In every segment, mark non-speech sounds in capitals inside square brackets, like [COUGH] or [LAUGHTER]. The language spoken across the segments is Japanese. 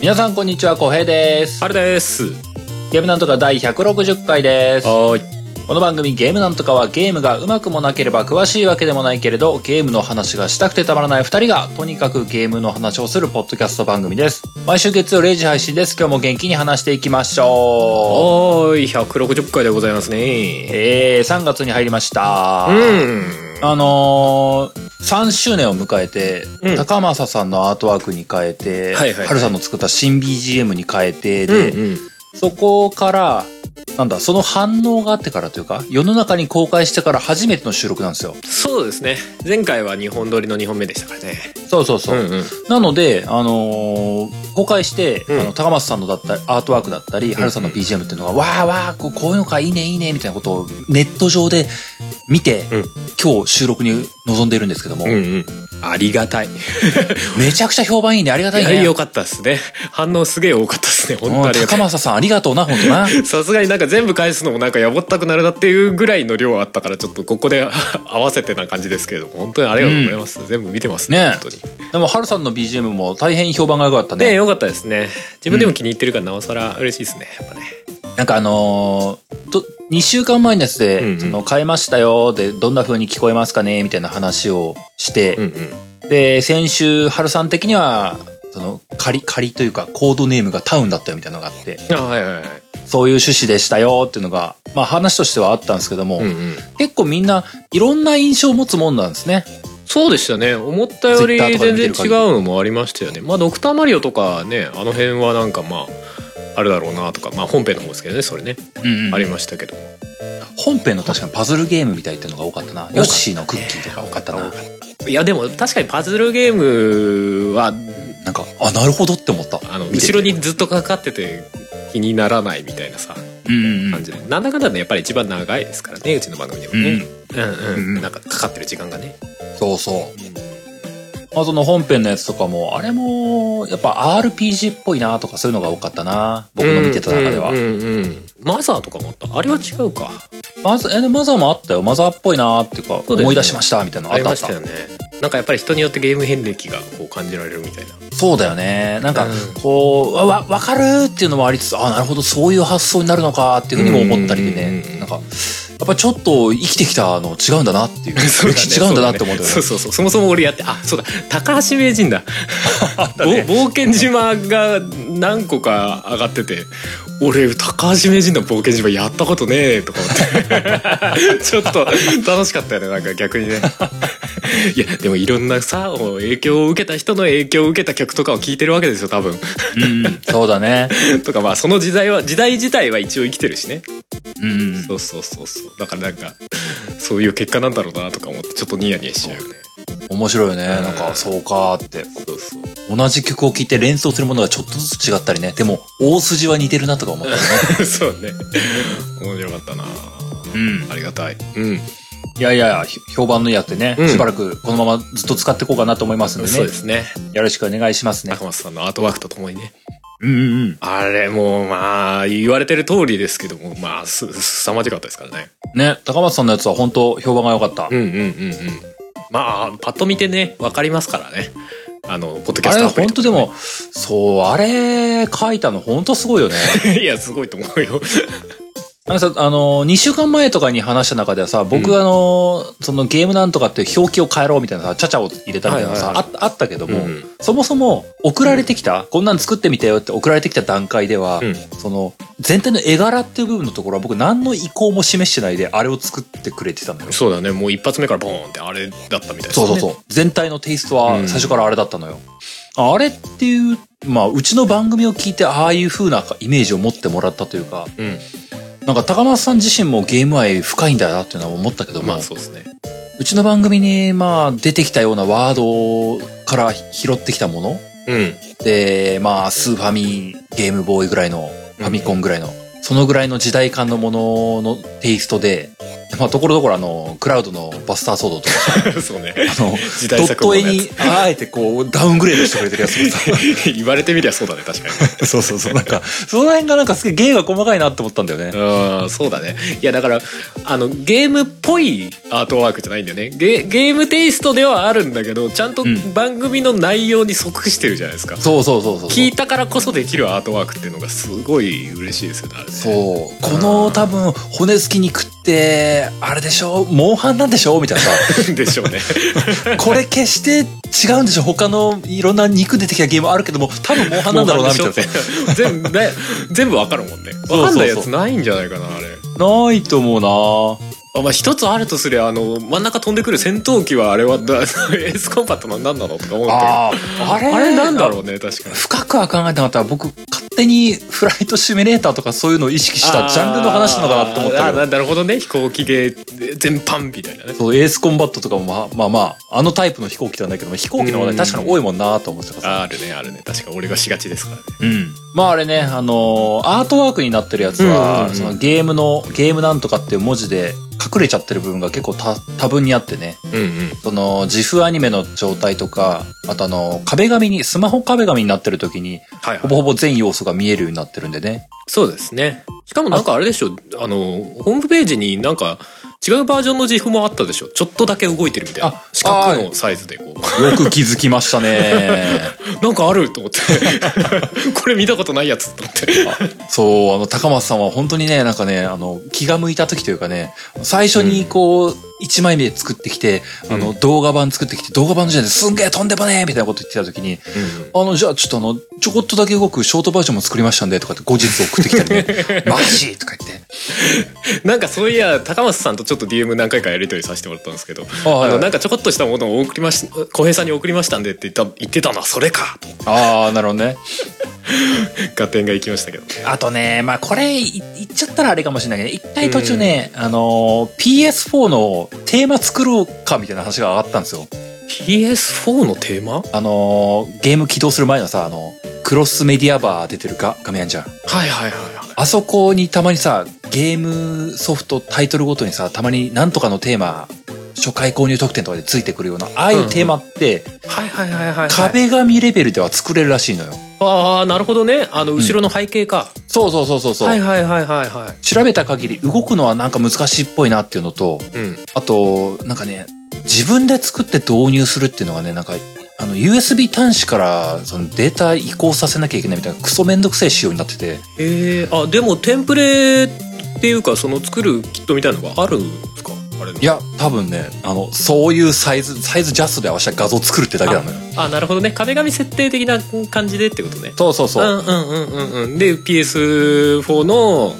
皆さんこんにちは、こうへいです。あれです。ゲームなんとか第160回です。はーい。この番組ゲームなんとかはゲームがうまくもなければ詳しいわけでもないけれど、ゲームの話がしたくてたまらない二人が、とにかくゲームの話をするポッドキャスト番組です。毎週月曜0時配信です。今日も元気に話していきましょはーい、160回でございますう。ね。えー、3月に入りました。うん。あのー、3周年を迎えて、うん高政さんのアートワークに変えて、はいはい春さんの作った新 BGM に変えてで、うんうん。そこから、なんだ、その反応があってからというか、世の中に公開してから初めての収録なんですよ。そうですね。前回は2本撮りの2本目でしたからね。そうそうそう。んうん。なので、あのー公開して、うんあの高松さんのだったり、アートワークだったり、春さんの BGM っていうのが、わーわー、こうこういうのか、いいね、いいね、みたいなことをネット上で見て、うん今日収録に臨んでるんですけども、うんうん。ありがたい。 [LAUGHS] めちゃくちゃ評判いいね、ありがたいいやね。よかったですね。反応すげえ多かったですね。本う当んありがた高い。政さんありがとうな、本当 [LAUGHS] な。さすがになんか全部返すのもなんかやぼったくなるなっていうぐらいの量あったからちょっとここで [LAUGHS] 合わせてな感じですけれども本当にありがとうございます、全部見てますねね本当にでも、春さんの BGM も大変評判が良かったねね。よかったですね自分でも気に入ってるからなおさら嬉しいですねやっぱねなんかあのーと、2週間前のやつで、うんうんその変えましたよ、で、どんな風に聞こえますかね、みたいな話をして、んうんで、先週、春さん的には、その、仮、仮というか、コードネームがタウンだったよみたいなのがあって、あはいはいはいそういう趣旨でしたよっていうのが、まあ話としてはあったんですけども、うんうん結構みんないろんな印象を持つもんなんですね。そうでしたね思ったより Twitter とかで全見てる然違限うりのもありましたよねまあドクターマリオとかねあの辺はなんかまああるだろうなとかまあ本編の方ですけどねそれね、うん、ありましたけど本編の確かにパズルゲームみたいっていうのが多かったな。ヨッシーのクッキーとか多かったな。いやでも確かにパズルゲームはなんか、あ、なるほどって思った。あの見てて後ろに。ずっとかかってて気にならないみたいなさうんうんうん感じで、なんだかんだねやっぱり一番長いですからねうちの番組でもうんうね、ん。うんうんうんうんなんかかかってる時間がね、そうそう。まあその本編のやつとかも、あれも、やっぱ RPG っぽいなとかそういうのが多かったな。僕の見てた中ではうん。うんうんうんマザーとかもあったあれは違うかマザー、え、でマザーもあったよ。マザーっぽいなーっていうか、うですね思い出しましたみたいなのああっりたあまっしたたよねなんかやっぱり人によってゲーム遍歴がこう感じられるみたいなそうだよね。なんかうん、こう、わ、わわかるーっていうのもありつつ、あ、なるほど、そういう発想になるのかーっていうふうにも思ったりでうんうんねうんう。んなんか、やっぱちょっと生きてきたの違うんだなっていう。 [LAUGHS] 歴史違うんだなって思ったよそうね。そうそうそもそも俺やってあそうだ高橋名 [LAUGHS] 人だぼ冒険島が何個か上がってて俺高橋名人の冒険島やったことねえとか思って [LAUGHS] ちょっと楽しかったよねなんか逆にねいやでもいろんなさ影響を受けた人の影響を受けた曲とかを聴いてるわけですよ多分うんそうだね。とかまあその時代は時代自体は一応生きてるしねうん。 [LAUGHS] そうそうそうそうだからなんかそういう結果なんだろうなとか思ってちょっとニヤニヤしちゃうよね面白いよね。うんなんか、そうかーって。そうそう同じ曲を聴いて連想するものがちょっとずつ違ったりね。でも、大筋は似てるなとか思ったよね。そう [LAUGHS] ね。面白かったな。うんありがたい。うん。いやいや、ひ評判のやってね、うんしばらくこのままずっと使っていこうかなと思いますんでそうでね。すね。よろしくお願いしますね。高松さんのアートワークとともにね。うんうんうん。あれ、もうまあ、言われてる通りですけども、まあ、す、凄まじかったですからね。ね、高松さんのやつは本当評判が良かった。うんうんうんうん。まあ、パッと見てね、わかりますからね。あの、ポッドキャあスれトアプ本リ当とでかねも、そう、あれ書いたの本当すごいよね。 [LAUGHS] いや、すごいと思う [LAUGHS] よ。あのさ、あの、2週間前とかに話した中ではさ、僕、うんあの、そのゲームなんとかっていう表記を変えろみたいなさ、ちゃちゃを入れたみたいなさ、はいはいはああったけども、うんそもそも送られてきた、こんなん作ってみたよって送られてきた段階では、うんその、全体の絵柄っていう部分のところは僕何の意向も示してないで、あれを作ってくれてたのよ。そうだね。もう一発目からボーンってあれだったみたいですそね。うそうそう。全体のテイストはうん最初からあれだったのよ。ああれっていう、まあ、うちの番組を聞いて、ああいう風なイメージを持ってもらったというか、う。うん。なんか高松さん自身もゲーム愛深いんだなっていうのは思ったけども、まあ、そうですね。うちの番組に、まあ、出てきたようなワードから拾ってきたものうん。で、まあ、スーファミ、ゲームボーイぐらいの、ファミコンぐらいの、そのぐらいの時代感のもののテイストで、まあ、ところどころあの、クラウドのバスター騒動とかさ、 [LAUGHS] そうねあの、時代ドッ錯誤トの絵やにあえてこう、ダウングレードしてくれてるやつもさ、 [LAUGHS] つ言われてみりゃそうだね確かにそうそうそう、なんか、その辺がなんかすげえ芸が細かいなって思ったんだよね。うんそうだねいやだからあのゲームっぽいアートワークじゃないんだよねゲゲームテイストではあるんだけどちゃんとん番組の内容に即してるじゃないですか、そうそうそうそう。聞いたからこそできるアートワークっていうのがすごい嬉しいですよねあれねそう。この多分、骨付き肉って、あれでしょモンハンなんでしょみたいなさ。でしょ [LAUGHS] うねこれ決して違うんでしょ他のいろんな肉出てきたゲームあるけども、多分モンハンなんだろうな、みたいなさ。な全部ね全部わかるもんそうねそうそうわかんないやつないんじゃないかなあれないと思うなあまあ一つあるとすりゃあの真ん中飛んでくる戦闘機はあれはだ [LAUGHS] エースコンバットなんなんなのとか思うけどあああれあれなんだうろうね確かに深くは考えてなかったら僕勝手にフライトシミュレーターとかそういうのを意識したジャンルの話なのかなって思ったあけーどななるほどね飛行機で全般みたいなねそうエースコンバットとかもまあまあ、まあ、あのタイプの飛行機なんだけども飛行機の話題確かに多いもんなと思ってたからさあるねあるね確か俺がしがちですからねうん、まああれね、あのーアートワークになってるやつは、うんうんうんそのゲームのゲームなんとかっていう文字で隠れちゃってる部分が結構多多分にあってねうんうんその自負アニメの状態とかあとあの壁紙にスマホ壁紙になってる時にはい、はいほぼほぼ全要素が見えるようになってるんでねそうですねしかもなんかあれでしょあのホームページになんか違うバージョンの自負もあったでしょちょっとだけ動いてるみたいなあ四角のサイズでこう [LAUGHS] よく気づきましたねなんかあると思って [LAUGHS] これ見たことないやつと思ってそうあの高松さんは本当にねなんかねあの気が向いた時というかね最初にこう、一枚目で作ってきて、あの、動画版作ってきて、動画版の時点ですんげえとんでもねえみたいなこと言ってた時に、あの、じゃあちょっとあの、ちょこっとだけ動くショートバージョンも作りましたんで、とかって後日送ってきたり [LAUGHS] ね、マジとか言って。なんかそういや高松さんとちょっと DM 何回かやり取りさせてもらったんですけどあはいあのなんかちょこっとしたものを送りまし小平さんに送りましたんでって言った言ってたのはそれか [LAUGHS] とああ、なるほどね。合点がいきましたけどあとね、まあこれ、い言っちゃったらあれかもしれないけど、一回途中ね、あのー、PS4 のテーマ作ろうかみたいな話が上がったんですよ。 PS4 のテーマはあのー、ゲーム起動する前のさ、あの、クロスメディアバー出てるか画面あんじゃん。いはいはいはいあそこにたまにさ、ゲームソフトタイトルごとにさ、たまになんとかのテーマ、初回購入特典とかでついてくるような、ああいうテーマって、はいはいはいはい壁紙レベルでは作れるらしいのよ。ああなるほどねあの後ろの背景か、そうそうそうそうそう。はいはいはいはいは調べた限り動くのはなんか難しいっぽいなっていうのと、いうんあと、なんかね、自分で作って導入するっていうのがね、なんか、あの、USB 端子からそのデータ移行させなきゃいけないみたいなクソめんどくせえ仕様になってて、えー、あでもテンプレっていうかその作るキットみたいのがあるんですかあれいや、多分ね、あの、そういうサイズ、サイズジャストで合わせた画像作るってだけなのよ。あなるほどね壁紙設定的な感じでってことねそうそううそう。んうんうんうんうんで PS4 の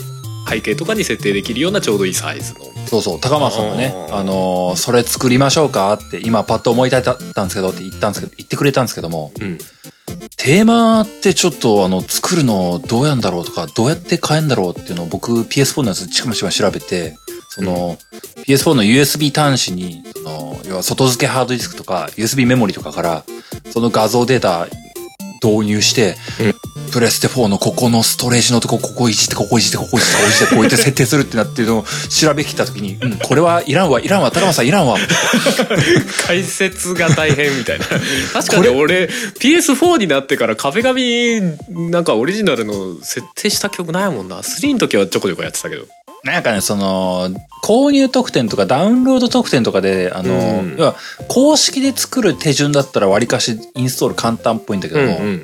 背景とかに設定できるようなちょうどいいサイズのそうそう、高松さんがね、うんあのーそれ作りましょうかって、今パッと思い立ったんですけどって言ったんですけど、言ってくれたんですけども、うんテーマってちょっとあの、作るのどうやんだろうとか、どうやって変えんだろうっていうのを僕 PS4 のやつちかまちま調べて、その、PS4 の USB 端子に、その、要は外付けハードディスクとか、USB メモリとかから、その画像データ導入して、プレステ4のここのストレージのとこ、ここいじって、ここいじって、ここいじって、ここいじって、こうやって設定するってなってるのを調べきったときに、うん、これはいらんわ、いらんわ、高松さんいらんわ。解説が大変みたいな [LAUGHS] 確かに俺 PS4 になってから壁紙なんかオリジナルの設定した曲ないもんな3の時はちょこちょこやってたけどなんかね、その、購入特典とかダウンロード特典とかで、あの、うん要は公式で作る手順だったら割かしインストール簡単っぽいんだけども、ん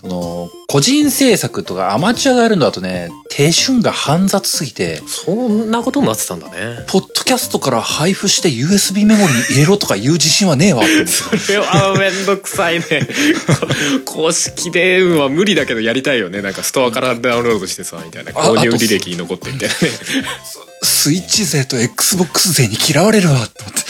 その、個人制作とかアマチュアがやるのだとね、手順が煩雑すぎて、そんなことになってたんだねポッドキャストから配布して USB メモリに入れろとか言う自信はねえわって思う。それはめんどくさい [LAUGHS] ね公式では無理だけどやりたいよねなんかストアからダウンロードしてさみたいなあ購入あと履歴に残ってみたいなねスイッチ勢と XBOX 勢に嫌われるわって思って、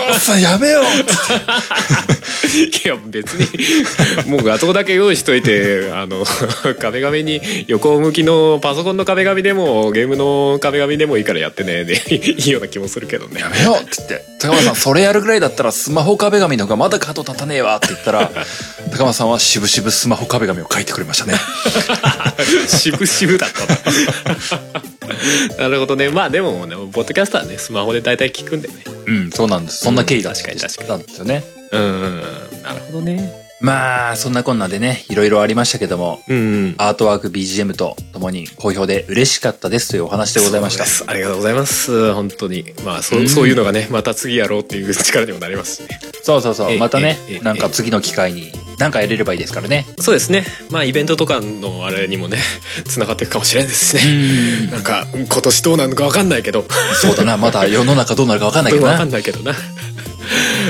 高松さんやめようって [LAUGHS] いや別にもう画像だけ用意しといてあの [LAUGHS] 壁紙に横向きのパソコンの壁紙でもゲームの壁紙でもいいからやってねでいいような気もするけどね [LAUGHS] やめようって言って、高松さんそれやるぐらいだったらスマホ壁紙の方がまだ角立たねえわって言った [LAUGHS] ら、高松さんはしぶしぶスマホ壁紙を書いてくれましたね。渋々だったなな [LAUGHS] るほどねまあでもねポッドキャストはねスマホで大体聞くんでねうん、そうなんです。そんな経緯だ確かに確かになんですよね。うんうんうんなるほどねまあ、そんなこんなでね、いろいろありましたけども、うんうんアートワーク BGM とともに好評で嬉しかったですというお話でございました。そうですありがとうございます本当にまあそう,、うんそういうのがねまた次やろうっていう力にもなりますしねそうそうそえう。えまたねええええ、なんか次の機会になんかやれればいいですからね。そうですねまあイベントとかのあれにもね [LAUGHS] つながっていくかもしれないですしね、なんか今年どうなるのか分かんないけどそうだな、まだ世の中どうなるかわかんないけど [LAUGHS] わかな。んないけどな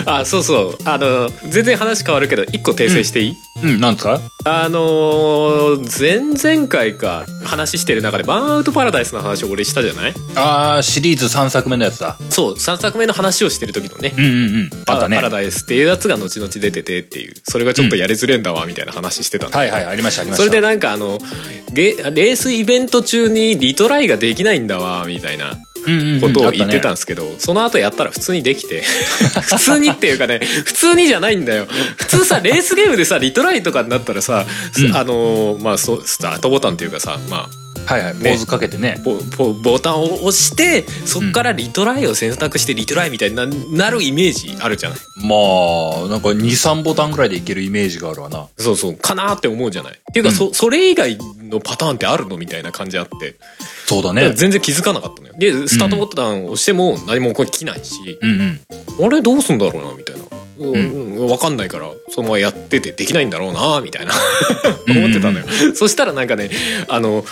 あそうそうあの全然話変わるけど一個訂正していい、うん、なんですかあのー前々回か話してる中で「バーンアウトパラダイス」の話を俺したじゃないあー、シリーズ3作目のやつだ。そう3作目の話をしてる時のねうんうんうん。あったね。パラはダイスっていうやつが後々出ててっていうそれがちょっとやりづれんだわみたいな話してたの、いはい、ありました、ありましそた。れでなんかあのゲレースイベント中にリトライができないんだわみたいなでことを言ってたんんですけど、その後やったら普通にでき [LAUGHS] て普通にっていうかね普通にじゃないんだよ普通さレースゲームでさリトライとかになったらさ、うんあのーまあそうスタートボタンっていうかさまあはいはい、ポねーズかけてね。ボボボタンを押してそっからリトライを選択してリトライみたいにななるイメージあるじゃないまあ、なんか2、3ボタンぐらいでいけるイメージがあるわな。そうそうかなーって思うじゃないっていうか、そそれ以外のパターンってあるのみたいな感じあってそうだね。全然気づかなかったのよでスタートボタンを押しても何もこれ来ないし、うんうん。あれどうすんだろうなみたいな、うんんうん、分かんないからそのままやっててできないんだろうなみたいな思ってたのよ、そしたらなんかねあの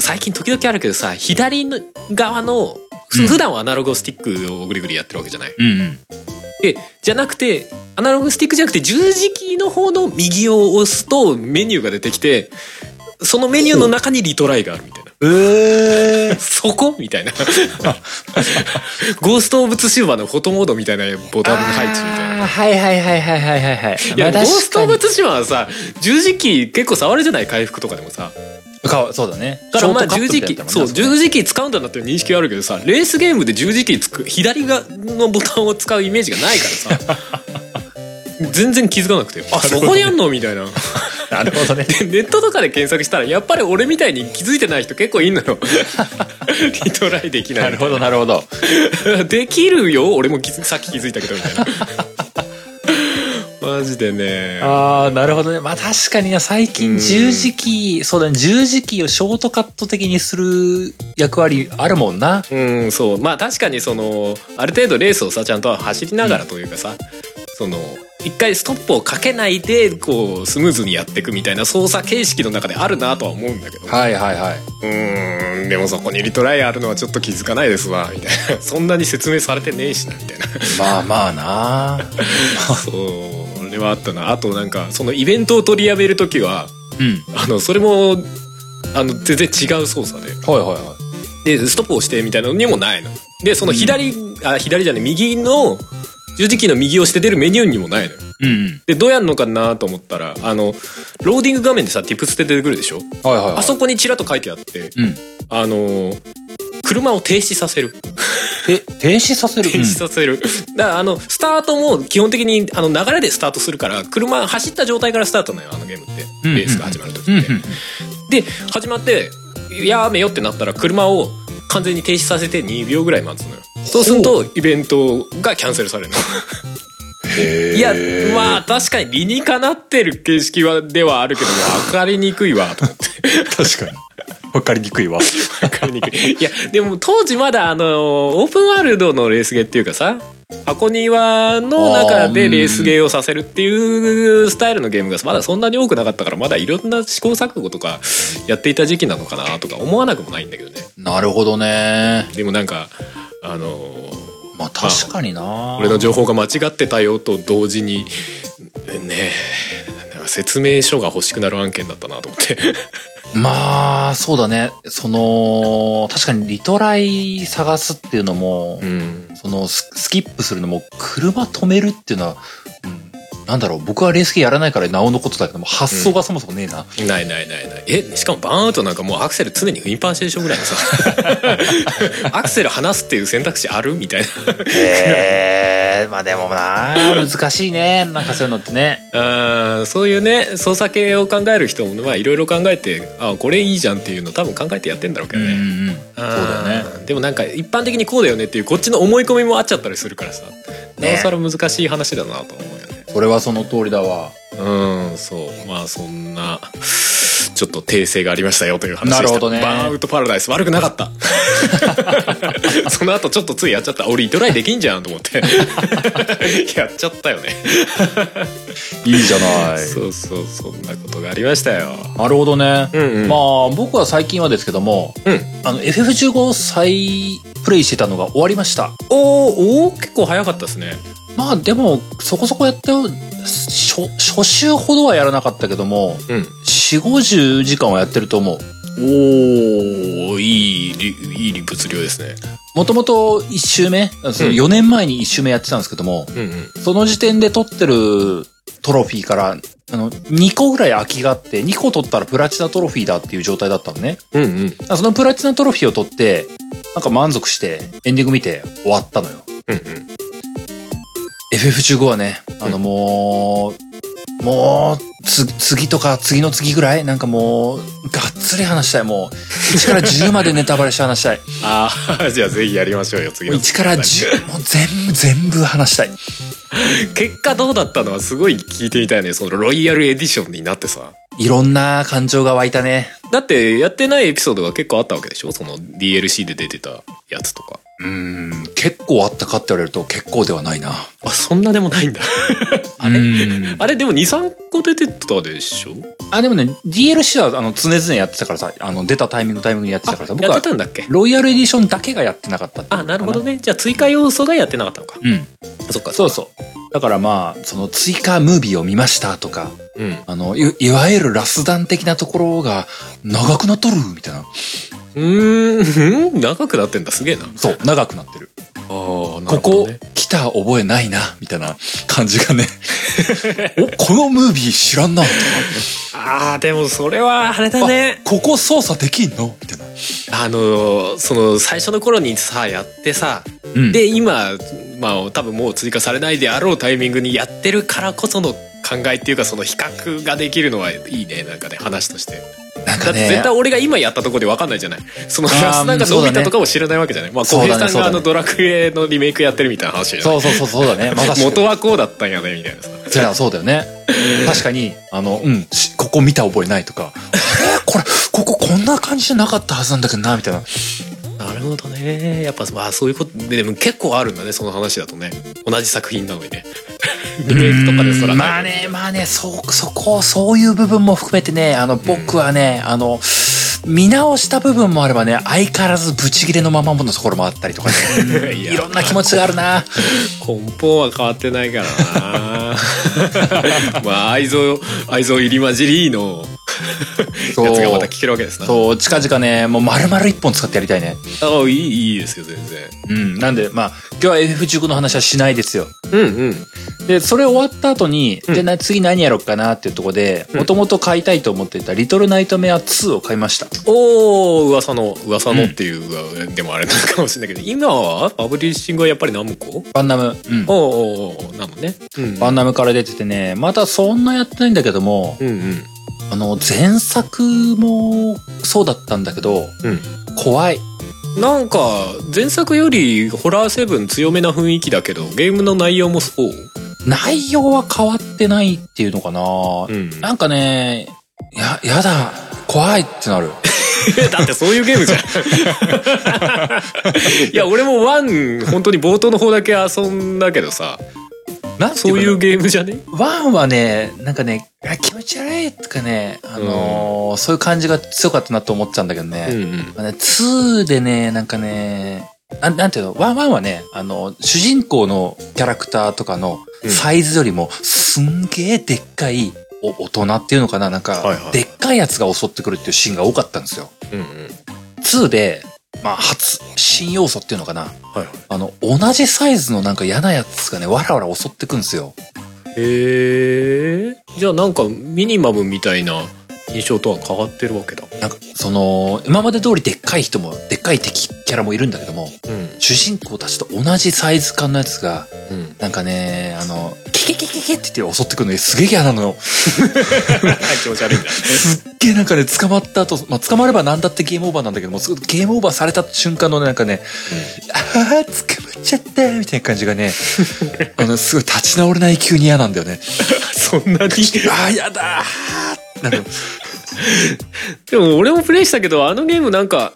最近時々あるけどさ左の側のふうん普段はアナログスティックをぐりぐりやってるわけじゃないうんうん。でじゃなくてアナログスティックじゃなくて十字キーの方の右を押すとメニューが出てきてそのメニューの中にリトライがあるみたいな。ええそこみたいなゴースト・オブ・ツシューバーのフォトモードみたいなボタン配置みたいなはいはいはいはいはいはいはい。いや、まゴあースト・オブ・確ツシマはさ十字キー結構触るじゃない回復とかでもさかにかそうだね。だからまあショートカ十ットみ字たいキなやーつだそもんうね十字キー使うんだなっていう認識はあるけどさレースゲームで十字キーつく左側のボタンを使うイメージがないからさ [LAUGHS] 全然気づかなくてあそこにあんのみたいななるほどね。でネットとかで検索したらやっぱり俺みたいに気づいてない人結構いんのよリトライできなないるほどなるほど。できるよ俺も気づさっき気づいたけどみたいなマジでねああ、なるほどね。まあ確かにな、最近十字キー、そうだね、十字キーをショートカット的にする役割あるもんな。うんそうまあ確かにそのある程度レースをさちゃんと走りながらというかさ、その一回ストップをかけないでこうスムーズにやっていくみたいな操作形式の中であるなとは思うんだけど、はいはいはい。うーんでもそこにリトライあるのはちょっと気づかないですわみたいな [LAUGHS] そんなに説明されてねえしなみたいなまあまあな。そうそれはあったなあとなんかそのイベントを取りやめる時は [LAUGHS] うん。あのそれもあの全然違う操作ではいはいはでストップをしてみたいなのにもないのでその左、あ左じゃない右の十字キーの右をして出るメニューにもないのよい。うんでどうやんのかなと思ったらあのローディング画面でさティプスって出てくるでしょうん。はいはいはい。あそこにちらっと書いてあってうん。あのー車を停止させるえ、停止させる停止させる、 [LAUGHS] だからあのスタートも基本的にあの流れでスタートするから車走った状態からスタートなのよあのゲームってうんレースが始まる時って、うん。うんうん。で始まってやめよってなったら車を完全に停止させて2秒ぐらい待つのよそうするとイベントがキャンセルされるのいやまあ確かに理にかなってる形式はではあるけど分かりにくいわと思って [LAUGHS] 確かに。わかりにくいわ。分かりにくいいやでも当時まだあのオープンワールドのレースゲーっていうかさ箱庭の中でレースゲーをさせるっていうスタイルのゲームがまだそんなに多くなかったからまだいろんな試行錯誤とかやっていた時期なのかなとか思わなくもないんだけどねなるほどね。でもなんかあのーまあ確かにな。俺の情報が間違ってたよと同時にねえ説明書が欲しくなる案件だったなと思ってまあ、そうだね。その、確かにリトライ探すっていうのも、うんそのス、スキップするのも、車止めるっていうのは、うんなんだろう、僕はレース系やらないからなおのことだけども、発想がそもそもねえな。ないないないないえしかもバーンアウトなんかもうアクセル常に踏みっぱなしでしょぐらいのさアクセル離すっていう選択肢あるみたいええまあでもな、難しいね。なんかそういうのってね。なあーそういうね操作系を考える人もまあいろいろ考えてあこれいいじゃんっていうの多分考えてやってんだろうけうどんうね、んうん。そうだよね。ねでもなんか一般的にこうだよねっていうこっちの思い込みもあっちゃったりするからさ、なおさら難しい話だなと思うよねそれはその通りだわ。うん、そう。まあそんな、ちょっと訂正がありましたよという話でしなた。るほどねバーンアウトパラダイス悪くなか [LAUGHS] った。その後ちょっとついやっちゃった。俺、ドライできんじゃんと思って。 [LAUGHS] やっちゃったよね。いいじゃなそうそう、そんなことがありましたよ。なるほどね。うん、うん。まあ、僕は最近はですけども、うん。あの、FF15 再プレイしてたのが終わりました。おーおー結構早かったですね。まあ、でも、そこそこやったよ。初、初週ほどはやらなかったけども、うん。 4、50時間はやってると思う。おーいいり、いい物量ですね。もともと1周目、その4年前に1周目やってたんですけども、うんうん。その時点で取ってるトロフィーから、あの、2個ぐらい空きがあって、2個取ったらプラチナトロフィーだっていう状態だったのね。うんうん。だからそのプラチナトロフィーを取って、なんか満足して、エンディング見て終わったのよ。うん FF15 はね、あのもう、もう、つ、次とか次の次ぐらいなんかもう、がっつり話したい。もう、1から10までネタバレして話 [LAUGHS] したい。もああ、じゃあぜひやりましょうよ、次うの。 1から10、もう全部、全部話したい。結果どうだったのはすごい聞いてみたいねそのロイヤルエディションになってさいろんな感情が湧いたね。だってやってないエピソードが結構あったわけでしょその DLC で出てたやつとかうーん、結構あったかって言われると結構ではないな。あそんなでもないんだあれあ [LAUGHS] あれでも23個出てたでしょあ、でもね、DLC はあの常々やってたからさ、あの出たタイミングタイミングにやってたからさ、僕やってはたんだっけロイヤルエディションだけがやってなかったっていうあなるほどねじゃあ追加要素がやってなかったのかうん。そっかそうそう。だからまあ、その追加ムービーを見ましたとか、うんあの、いいわゆるラス弾的なところが長くなっとるみたいな。うーん長くなってんだすげえなそう、長くなってる。ああなここ来た覚えないな、みたいな感じ [LAUGHS] がね。お、このムービー知らんな、とか。ああでもそれはあれだねあここ操作できんのみたいな。あのーその最初の頃にさやってさうんで今まあ多分もう追加されないであろうタイミングにやってるからこその考えっていうかその比較ができるのはいいねなんかね話としてなんだかってね、絶対俺が今やったとこで分かんないじゃないそのあーラスなんかそ伸うだびねたとかも知らないわけじゃないまあそう小だね平さんがあのそドラクエのリメイクやってるみたいな話じゃないそうそうそうそうだ [LAUGHS] ね。まさしく。元はこうだったんやねみたいなさじゃあそうだよね。確かに、あの、うん、しここ見た覚えないとか、 [LAUGHS] えーこれ、こここんな感じじゃなかったはずなんだけどな、みたいな。なるほどねやっぱまあそういうことででも結構あるんだねその話だとね同じ作品なのにねリメイクとかでそらまなあいのに、ね、まあね、そ、そこ、そういう部分も含めてね、あの、僕はね、あの、見直した部分もあればね、相変わらずブチギレのままものところもあったりとかね [LAUGHS] いやいろんな気持ちがある [LAUGHS] な。根本は変わってないからなまあ愛憎愛憎入り混じりのそうやつがまた聞けるわけですなそう、近々ね、もう丸々一本使ってやりたいね。あいいいいですよ全然うん、なんで、まあ、今日は FF15 の話はしないですよ。うんうんで、それ終わった後に、うんでな次何やろうかなっていうところで、うもんともと買いたいと思っていたリトルナイトメア2を買いました。おお噂の噂のっていうが、でもあれなのかもしれないけど今はパブリッシングはやっぱりナムコバンナム。うん。おうおうおうなのねうんバンナムから出ててね、またそんなやってないんだけども、うんうんあの、前作もそうだったんだけど、うん怖い。なんか前作よりホラーセブン強めな雰囲気だけどゲームの内容もそう内容は変わってないっていうのかな、うんなんかね、や、やだ、怖いってなる。 [LAUGHS] だってそういうゲームじゃん。いや、俺もワン、本当に冒頭の方だけ遊んだけどさ、なんてそういいううかゲームじゃねワンはね、なんかね、あ気持ち悪いとかね、あのーそういう感じが強かったなと思っちゃうんだけどね。うんうん。まあね、2でね、なんかね、なんなんていうの、ワンワンはね、あの、主人公のキャラクターとかのうんサイズよりも、すんげえでっかいお大人っていうのかな、なんか、はいはいでっかいやつが襲ってくるっていうシーンが多かったんですよ。うんうん。 2で、まあ、初、新要素っていうのかな。はいはい。あの、同じサイズのなんか嫌なやつがね、わらわら襲ってくんですよ。へえじゃあなんかミニマムみたいな印象とは変わってるわけだなんか、その、今まで通りでっかい人も、でっかい敵キャラもいるんだけども、うん主人公たちと同じサイズ感のやつが、うんなんかね、あの、キキキキキって言って襲ってくるのにすげえ嫌なのよ。 [LAUGHS] 気持ち [LAUGHS] 悪いんだすっげえなんかね、捕まった後、まあ、捕まればなんだってゲームオーバーなんだけども、すごいゲームオーバーされた瞬間のね、なんかね、ああ、捕まっちゃったみたいな感じ [LAUGHS] がね、あの、すごい立ち直れない急に嫌なんだよね。そんなにああ、嫌だーなんか、でも俺もプレイしたけどあのゲームなんか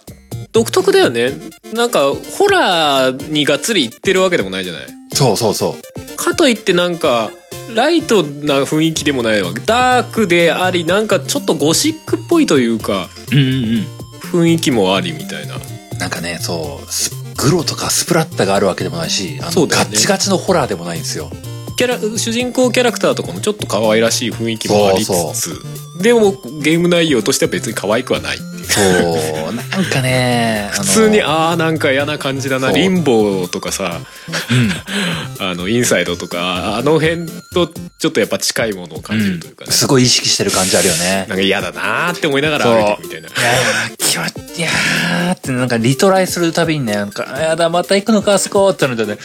独特だよねなんかホラーにがっつりいってるわけでもないじゃないそうそうそう。かといってなんかライトな雰囲気でもないわけダークでありなんかちょっとゴシックっぽいというかうんうんうん。雰囲気もありみたいななんかね、そう、スグロとかスプラッタがあるわけでもないし、あのそうだガよねッチガチのホラーでもないんですよ。キャラ主人公キャラクターとかもちょっと可愛らしい雰囲気もありつつそうでもゲーム内容としては別に可愛くはないっていうそう、なんかね、普通にあのあーなんか嫌な感じだなそうリンボーとかさ [LAUGHS] あのインサイドとかあの辺とちょっとやっぱ近いものを感じるというかね、すごい意識してる感じあるよね。なんか嫌だなーって思いながら歩いてるみたいないやー、気持ちいやーって、なんかリトライするたびにね、なんか、あやだ、また行くのか、あそこってなるんだよね。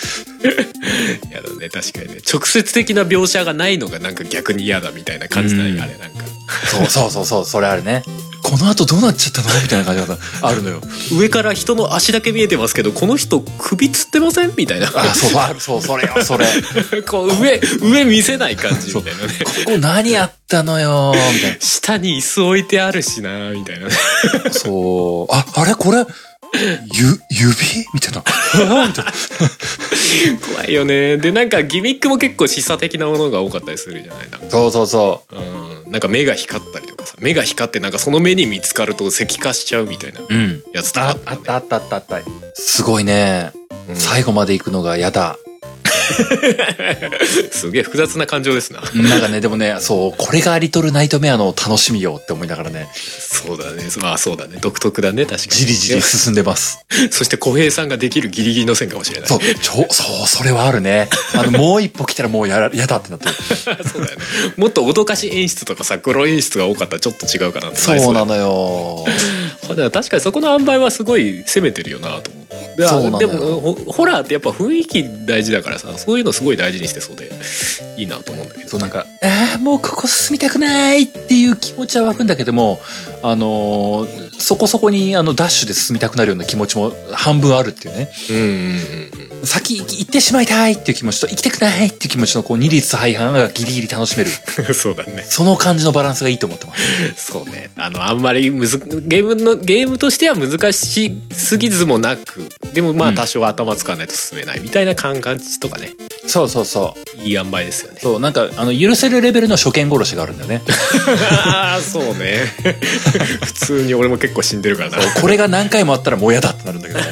嫌だね確かにね直接的な描写がないのがなんか逆に嫌だみたいな感じだね、うんあれなんかそうそうそうそう、それあるね。この後どうなっちゃったのみたいな感じがあるのよ。上から人の足だけ見えてますけどこの人首つってませんみたいなあ、そう、ある、 [LAUGHS] そう、それよ、それ。 [LAUGHS] こう上上見せない感じみたいなねここ何やったのよーみたいな。下に椅子置いてあるしなーみたいなね [LAUGHS] そう。あ、あれこれ、ゆ、指みたいな。怖いよねでなんかギミックも結構示唆的なものが多かったりするじゃないなんかそうそうそうんなんか目が光ったりとかさ目が光ってなんかその目に見つかると石化しちゃうみたいなう。うん。やつとかあ、あったあったあったあった。すごいね。うん最後まで行くのが嫌だ。すげえ複雑な感情ですななんかね、でもね、そう、これがリトルナイトメアの楽しみよって思いながらね、そうだねまあそうだね独特だね確かにじりじり進んでます。そして小平さんができるギリギリの線かもしれない [LAUGHS] そう、ちょ、そう、それはあるね。あの、もう一歩来たらもうやら、嫌だってなってる。そうだよねもっと脅かし演出とかさ黒演出が多かったらちょっと違うかなってそうなののよ。確かにそこの塩梅はすごい攻めてるよなと思うであそうなのでよもほホラーってやっぱ雰囲気大事だからさそういうのすごい大事にしてそうでいいなと思うんだけどそうなんか、ああ、もうここ進みたくないっていう気持ちは湧くんだけども、あのーそこそこにあのダッシュで進みたくなるような気持ちも半分あるっていうね。うんうんうんうん先行き行ってしまいたいっていう気持ちと行きたくないっていう気持ちのこう二律背反がギリギリ楽しめる。 [LAUGHS] そうだね。その感じのバランスがいいと思ってます。そうね。あの、あんまりむず、ゲームの、ゲームとしては難しすぎずもなく、でもまうあん多少は頭使わないと進めないみたいな感じとかね。そうそうそう。いい塩梅です [LAUGHS] よね。そう、なんか、あの、許せるレベルの初見殺しがあるんだよね。ああ、そうね。 [LAUGHS] 普通に俺も結構死んでるからな。これが何回もあったらもう嫌だってなるんだけど、ね、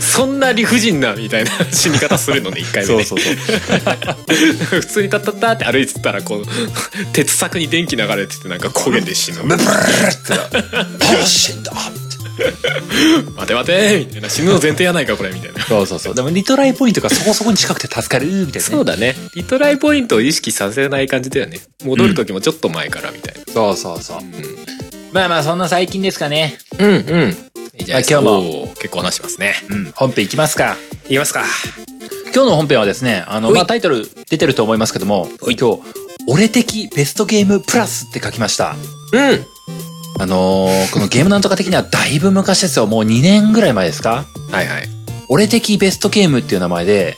そんな理不尽なみたいな死に方するのね、一回目そうね。そうそう。 [LAUGHS] 普通にタッタッタって歩いてたら、こう、鉄柵に電気流れててなんか焦げて死ぬ。ブブーってな。あ死んだ待て待てみたいな。死ぬの前提やないか、これみたいな。そうそうそう。でもリトライポイントがそこそこに近くて助かるみたいなね。そうだね。リトライポイントを意識させない感じだよね。戻る時もちょっと前からみたいな。そうそうそう。まあまあ、そんな最近ですかね。うん、うん、うん。じゃああ今日もおー結構話してますね。うん、本編いきますか。いきますか。今日の本編はですね、あの、ほいまあ、タイトル出てると思いますけども、今日、俺的ベストゲームプラスって書きました。うん。あのーこのゲームなんとか的にはだいぶ昔ですよ。もう2年ぐらい前ですかはいはい。俺的ベストゲームっていう名前で、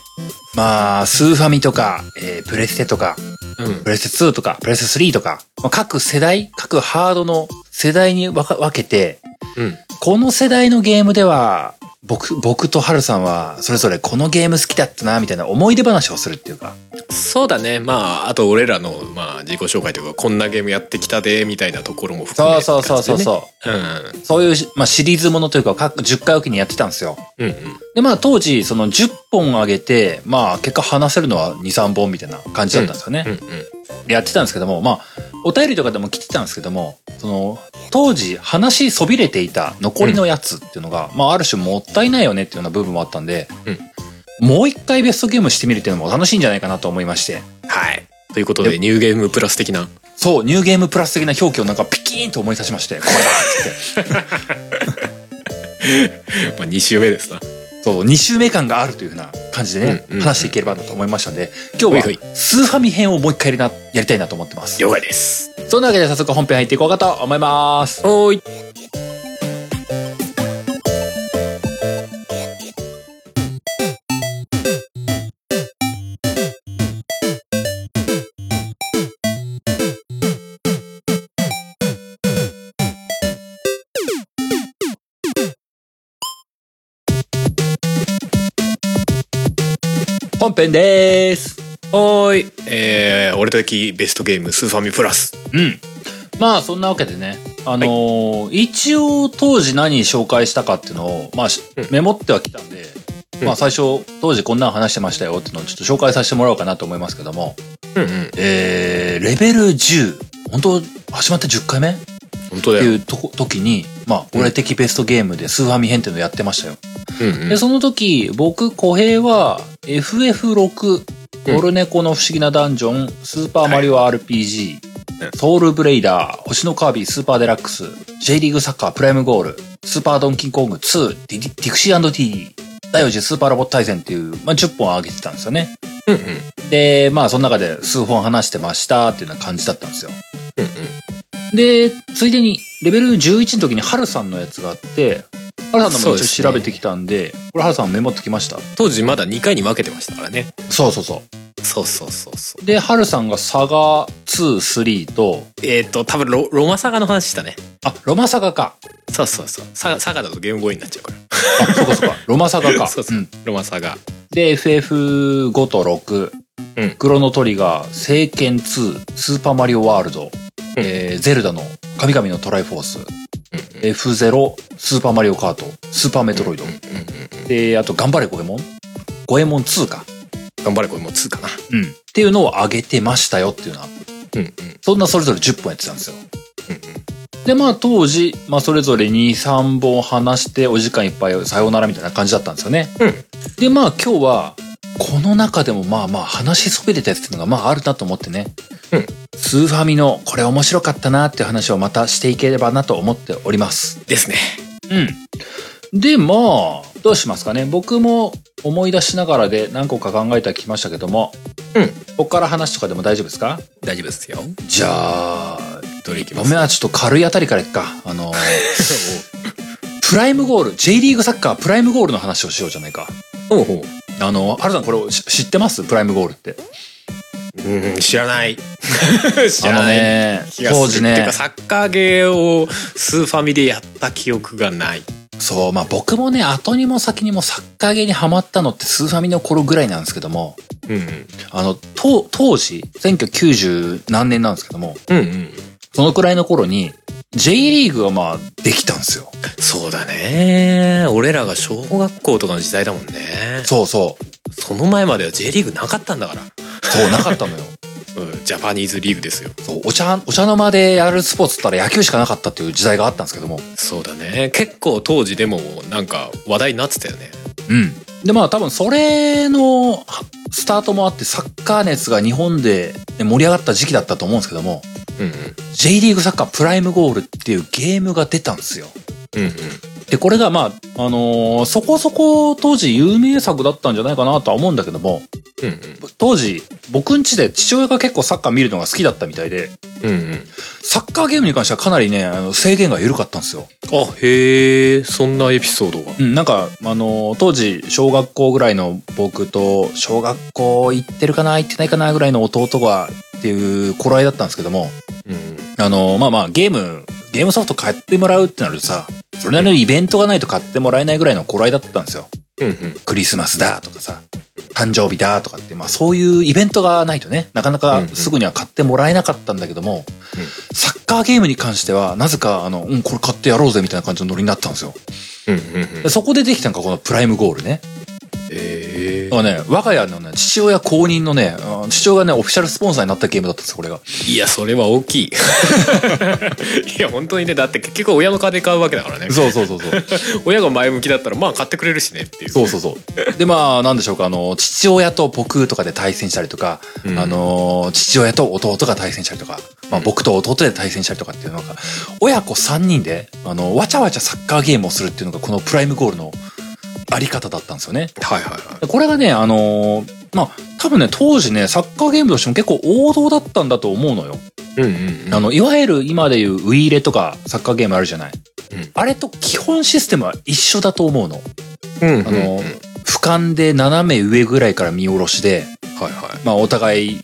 まあ、スーファミとか、えープレステとか、うん。プレステ2とか、プレステ3とか、まあ各世代、各ハードの世代にわか分けて、うん。この世代のゲームでは、僕、僕とハルさんは、それぞれこのゲーム好きだったな、みたいな思い出話をするっていうか。そうだね。まあ、あと俺らの、まあ、自己紹介というか、こんなゲームやってきたで、みたいなところも含めそてうそうそうそうう。そうんう。。そういうし、まあ、シリーズものというか、各10回おきにやってたんですよ。うんうん。で、まあ、当時、その10本上げて、まあ、結果話せるのは2、3本みたいな感じだったんですよね。うんでやってたんですけども、まあ、お便りとかでも来てたんですけども、その、当時話そびれていた残りのやつっていうのが、まあ、ある種もったいないよねっていうような部分もあったんで、もう一回ベストゲームしてみるっていうのも楽しいんじゃないかなと思いまして、うん。はい。ということで、ニューゲームプラス的な。そう、ニューゲームプラス的な表記をなんかピキーンと思い出しまして、これだ [LAUGHS] っつっまあ、2週目ですな。て。そう、2周目感があるというふうな感じでね、うんうん話していければなと思いましたので、今ほい日ほはスーファミ編をもう一回やりなやりたいなと思ってます。了解です。そんなわけで早速本編入っていこうかと思います。おーい。本編でーす。おーい。えー、俺的ベストゲーム、スーファミプラス。うん。まあそんなわけでね、あのー一応当時何紹介したかっていうのを、まあし、うんメモってはきたんで、うんまあ最初当時こんなの話してましたよっていうのをちょっと紹介させてもらおうかなと思いますけども、うんうん。えー、レベル10、本当始まって10回目っ本当てだいよ。うとこ時に、まあ俺的ベストゲームでスーファミ編っていうのをやってましたよ。うんうんで、。その時、僕、小平は、FF6、うんオルネコの不思議なダンジョン、スーパーマリオ RPG、うんソウルブレイダー、星のカービィ、スーパーデラックス、J リーグサッカー、プライムゴール、スーパードンキーコング2、ディディディクシー &T、第4次スーパーロボット対戦っていう、まあ、10本上げてたんですよね。うんうん。で、まあ、その中で数本話してましたっていうような感じだったんですよ。うんで、ついでに、レベル11の時にハルさんのやつがあって、ハルさんのもそう一で応すね調べてきたんで、これハルさんメモってきました当時まだ2回に分けてましたからね。そうそうそそうそうそうそう。う。で、ハルさんがサガ2、3と、えっ、と、多分ロロマサガの話したね。あ、ロマサガか。そうそうそう。サガサガだとゲームボーイになっちゃうから。あ、そうか [LAUGHS] そうか。ロマサガか。そうそううんロマサガ。で、FF5 と6、うんクロノトリガー、聖剣2、スーパーマリオワールド、えーゼルダの神々のトライフォース、F0、スーパーマリオカート、スーパーメトロイド。うんうんうんで、あと、頑張れゴエモンゴエモン2か。頑張れこれもう2かな。うん。っていうのを上げてましたよっていうのは、うんうんそんなそれぞれ10本やってたんですよ。うんうん。で、まあ当時、まあそれぞれ2、3本話してお時間いっぱいさようならみたいな感じだったんですよね。うんで、まあ今日は、この中でもまあまあ話しそびれたやつっていうのがまああるなと思ってね。うんスーファミのこれ面白かったなっていう話をまたしていければなと思っております。ですね。うん。で、まあ、どうしますかね。僕も思い出しながらで何個か考えてはきましたけども。うんここから話とかでも大丈夫ですか大丈夫ですよ。じゃあ、どれいきまごすめんはちょっと軽いあたりからいくか。あのー、プライムゴール、J リーグサッカープライムゴールの話をしようじゃないか。おうおう。あの、ハルさんこれし知ってますプライムゴールって。うん、 [LAUGHS] 知らない。知あらのない。ね、気がする当時てねか、サッカーゲーをスーファミでやった記憶がない。そう、まあ僕もね、後にも先にもサッカーゲーにハマったのってスーファミの頃ぐらいなんですけども、うんうん。あの、当当時、1990何年なんですけども、うんうん。そのくらいの頃に、J リーグがまあできたんですよ。そうだね。俺らが小学校とかの時代だもんね。そうそう。その前までは J リーグなかったんだから。そう、なかったのよ。うん、ジャパニーズリーグですよ。そう、お茶、お茶の間でやるスポーツって言ったら野球しかなかったっていう時代があったんですけども。そうだね。結構当時でもなんか話題になってたよね。うん。で、まあ多分それのはスタートもあってサッカー熱が日本でね盛り上がった時期だったと思うんですけども、うん J リーグサッカープライムゴールっていうゲームが出たんですよ。うん。うんうん。で、これがまあ、あのーそこそこ当時有名作だったんじゃないかなとは思うんだけども、うん当時僕ん家で父親が結構サッカー見るのが好きだったみたいで、うん。うんうん。サッカーゲームに関してはかなりね、あの制限が緩かったんですよ。あ、へえ、そんなエピソードが。うん、なんか、あのー当時、小学校ぐらいの僕と、小学校行ってるかな行ってないかなぐらいの弟が、っていう頃合いだったんですけども、うん。あのーまあまあ、ゲーム、ゲームソフト買ってもらうってなるとさ、それなりのイベントがないと買ってもらえないぐらいの頃合いだったんですよ。うんうん。クリスマスだとかさ、誕生日だとかって、まあそういうイベントがないとね、なかなうんうかんすぐには買ってもらえなかったんだけども、うんサッカーゲームに関しては、なぜか、あの、うん、これ買ってやろうぜみたいな感じのノリになったんですよ。うんうんうんで。そこでできたのがこのプライムゴールね。ええあね、我が家のね、父親公認のね、あ父親がね、オフィシャルスポンサーになったゲームだったんですよ、これが。いやそれは大きい [LAUGHS] いや本当にねだって結局親の金買うわけだからねそうそうそうそう。親が前向きだったらまあ買ってくれるしねっていう [LAUGHS] そうそうそう。で、まあ、なんでしょうか、あの、父親と僕とかで対戦したりとか、うんあの、父親と弟が対戦したりとか、まあ、僕と弟で対戦したりとかっていうのが、親子3人で、あの、わちゃわちゃサッカーゲームをするっていうのが、このプライムゴールのあり方だったんですよね。はいはいはでこれがね、あのまあ、多分ね、当時ね、サッカーゲームとしても結構王道だったんだと思うのよ。いうんうんうんあの、いわゆる今でいうウイイレとかサッカーゲームあるじゃない。うんあれと基本システムは一緒だと思うの。うんうんうんあの、俯瞰で斜め上ぐらいから見下ろしで、はいはまあお互い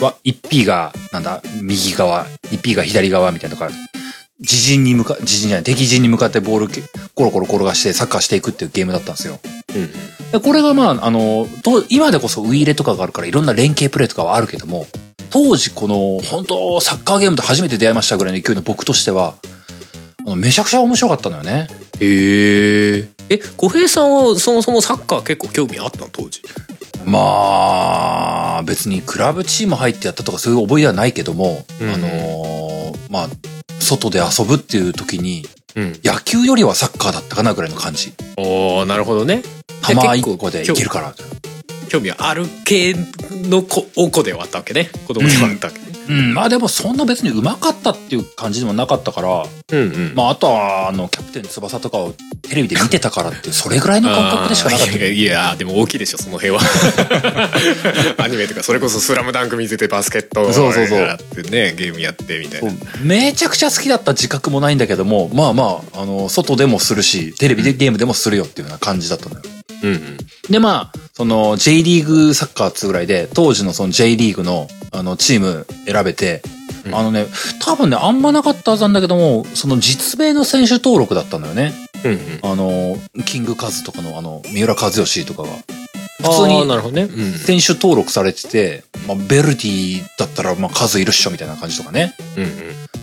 は、1P が、なんだ、右側、1P が左側みたいなのから、自陣に向か、自陣じゃない、敵陣に向かってボールけ、コロコロ転がしてサッカーしていくっていうゲームだったんですよ。い、うんうん、でこれがまあ、あの、と今でこそウイイレとかがあるからいろんな連携プレーとかはあるけども、当時この、本当サッカーゲームと初めて出会いましたぐらいの勢いの僕としては、あのめちゃくちゃ面白かったのよね。へええ小平さんはそもそもサッカー結構興味あったの当時まあ、別にクラブチーム入ってやったとかそういう覚えではないけども、うんあのーまあ、外で遊ぶっていう時に、うん野球よりはサッカーだったかなぐらいの感じ。おーなるほどね球結構一個でいけるから。興味ある系の子お子ではあったわけね子供ではあったわけねうん、まあでもそんな別に上手かったっていう感じでもなかったから、うんうんまあ、あとは、あの、キャプテン翼とかをテレビで見てたからって、それぐらいの感覚でしかなかっあーいやいやでも大きいでしょその辺 [LAUGHS] はアニメとかそれこそ「スラムダンク見せてバスケットそうそうそうやってねゲームやってみたいなた。めちゃくちゃ好きだった自覚もないんだけども、まあまあ、あの、外でもするし、テレビでゲームでもするよっていうような感じだったのよ。うんうんで、まあ、その、J リーグサッカーっつうぐらいで、当時のその J リーグの、あの、チーム選べて、うんあのね、多分ね、あんまなかったはずなんだけども、その実名の選手登録だったんだよね。うんうんあの、キングカズとかの、あの、三浦和義とかが。普普通通にになるほどね、うん選手登録されてて、まあ、ベルディだったら、まあ、数いるっしょみたいな感じとかね。うん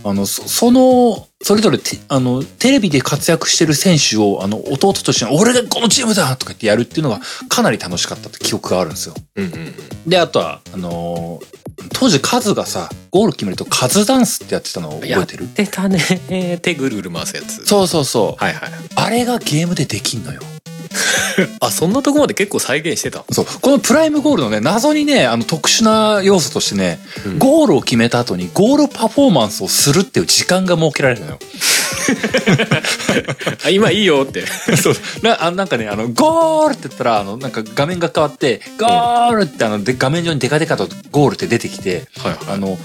あの、そその、それぞれて、あの、テレビで活躍してる選手を、あの、弟として、俺がこのチームだとか言ってやるっていうのが、かなり楽しかったって記憶があるんですよ。うんうんうんで、あとは、あのー当時カズがさ、ゴール決めるとカズダンスってやってたのを覚えてるでたねえー手ぐるぐる回すやつそうそうそう。はいはいあれがゲームでできんのよ。あそんなとこまで結構再現して [LAUGHS] たそう。このプライムゴールのね、謎にね、あの、特殊な要素としてね、うんゴールを決めた後にゴールパフォーマンスをするっていう時間が設けられるのよ。あ今いいよ [LAUGHS] ってそうなあなんかねあのゴールって言ったらあのなんか画面が変わってゴールってあので画面上にデカデカとゴールって出てきてはいあの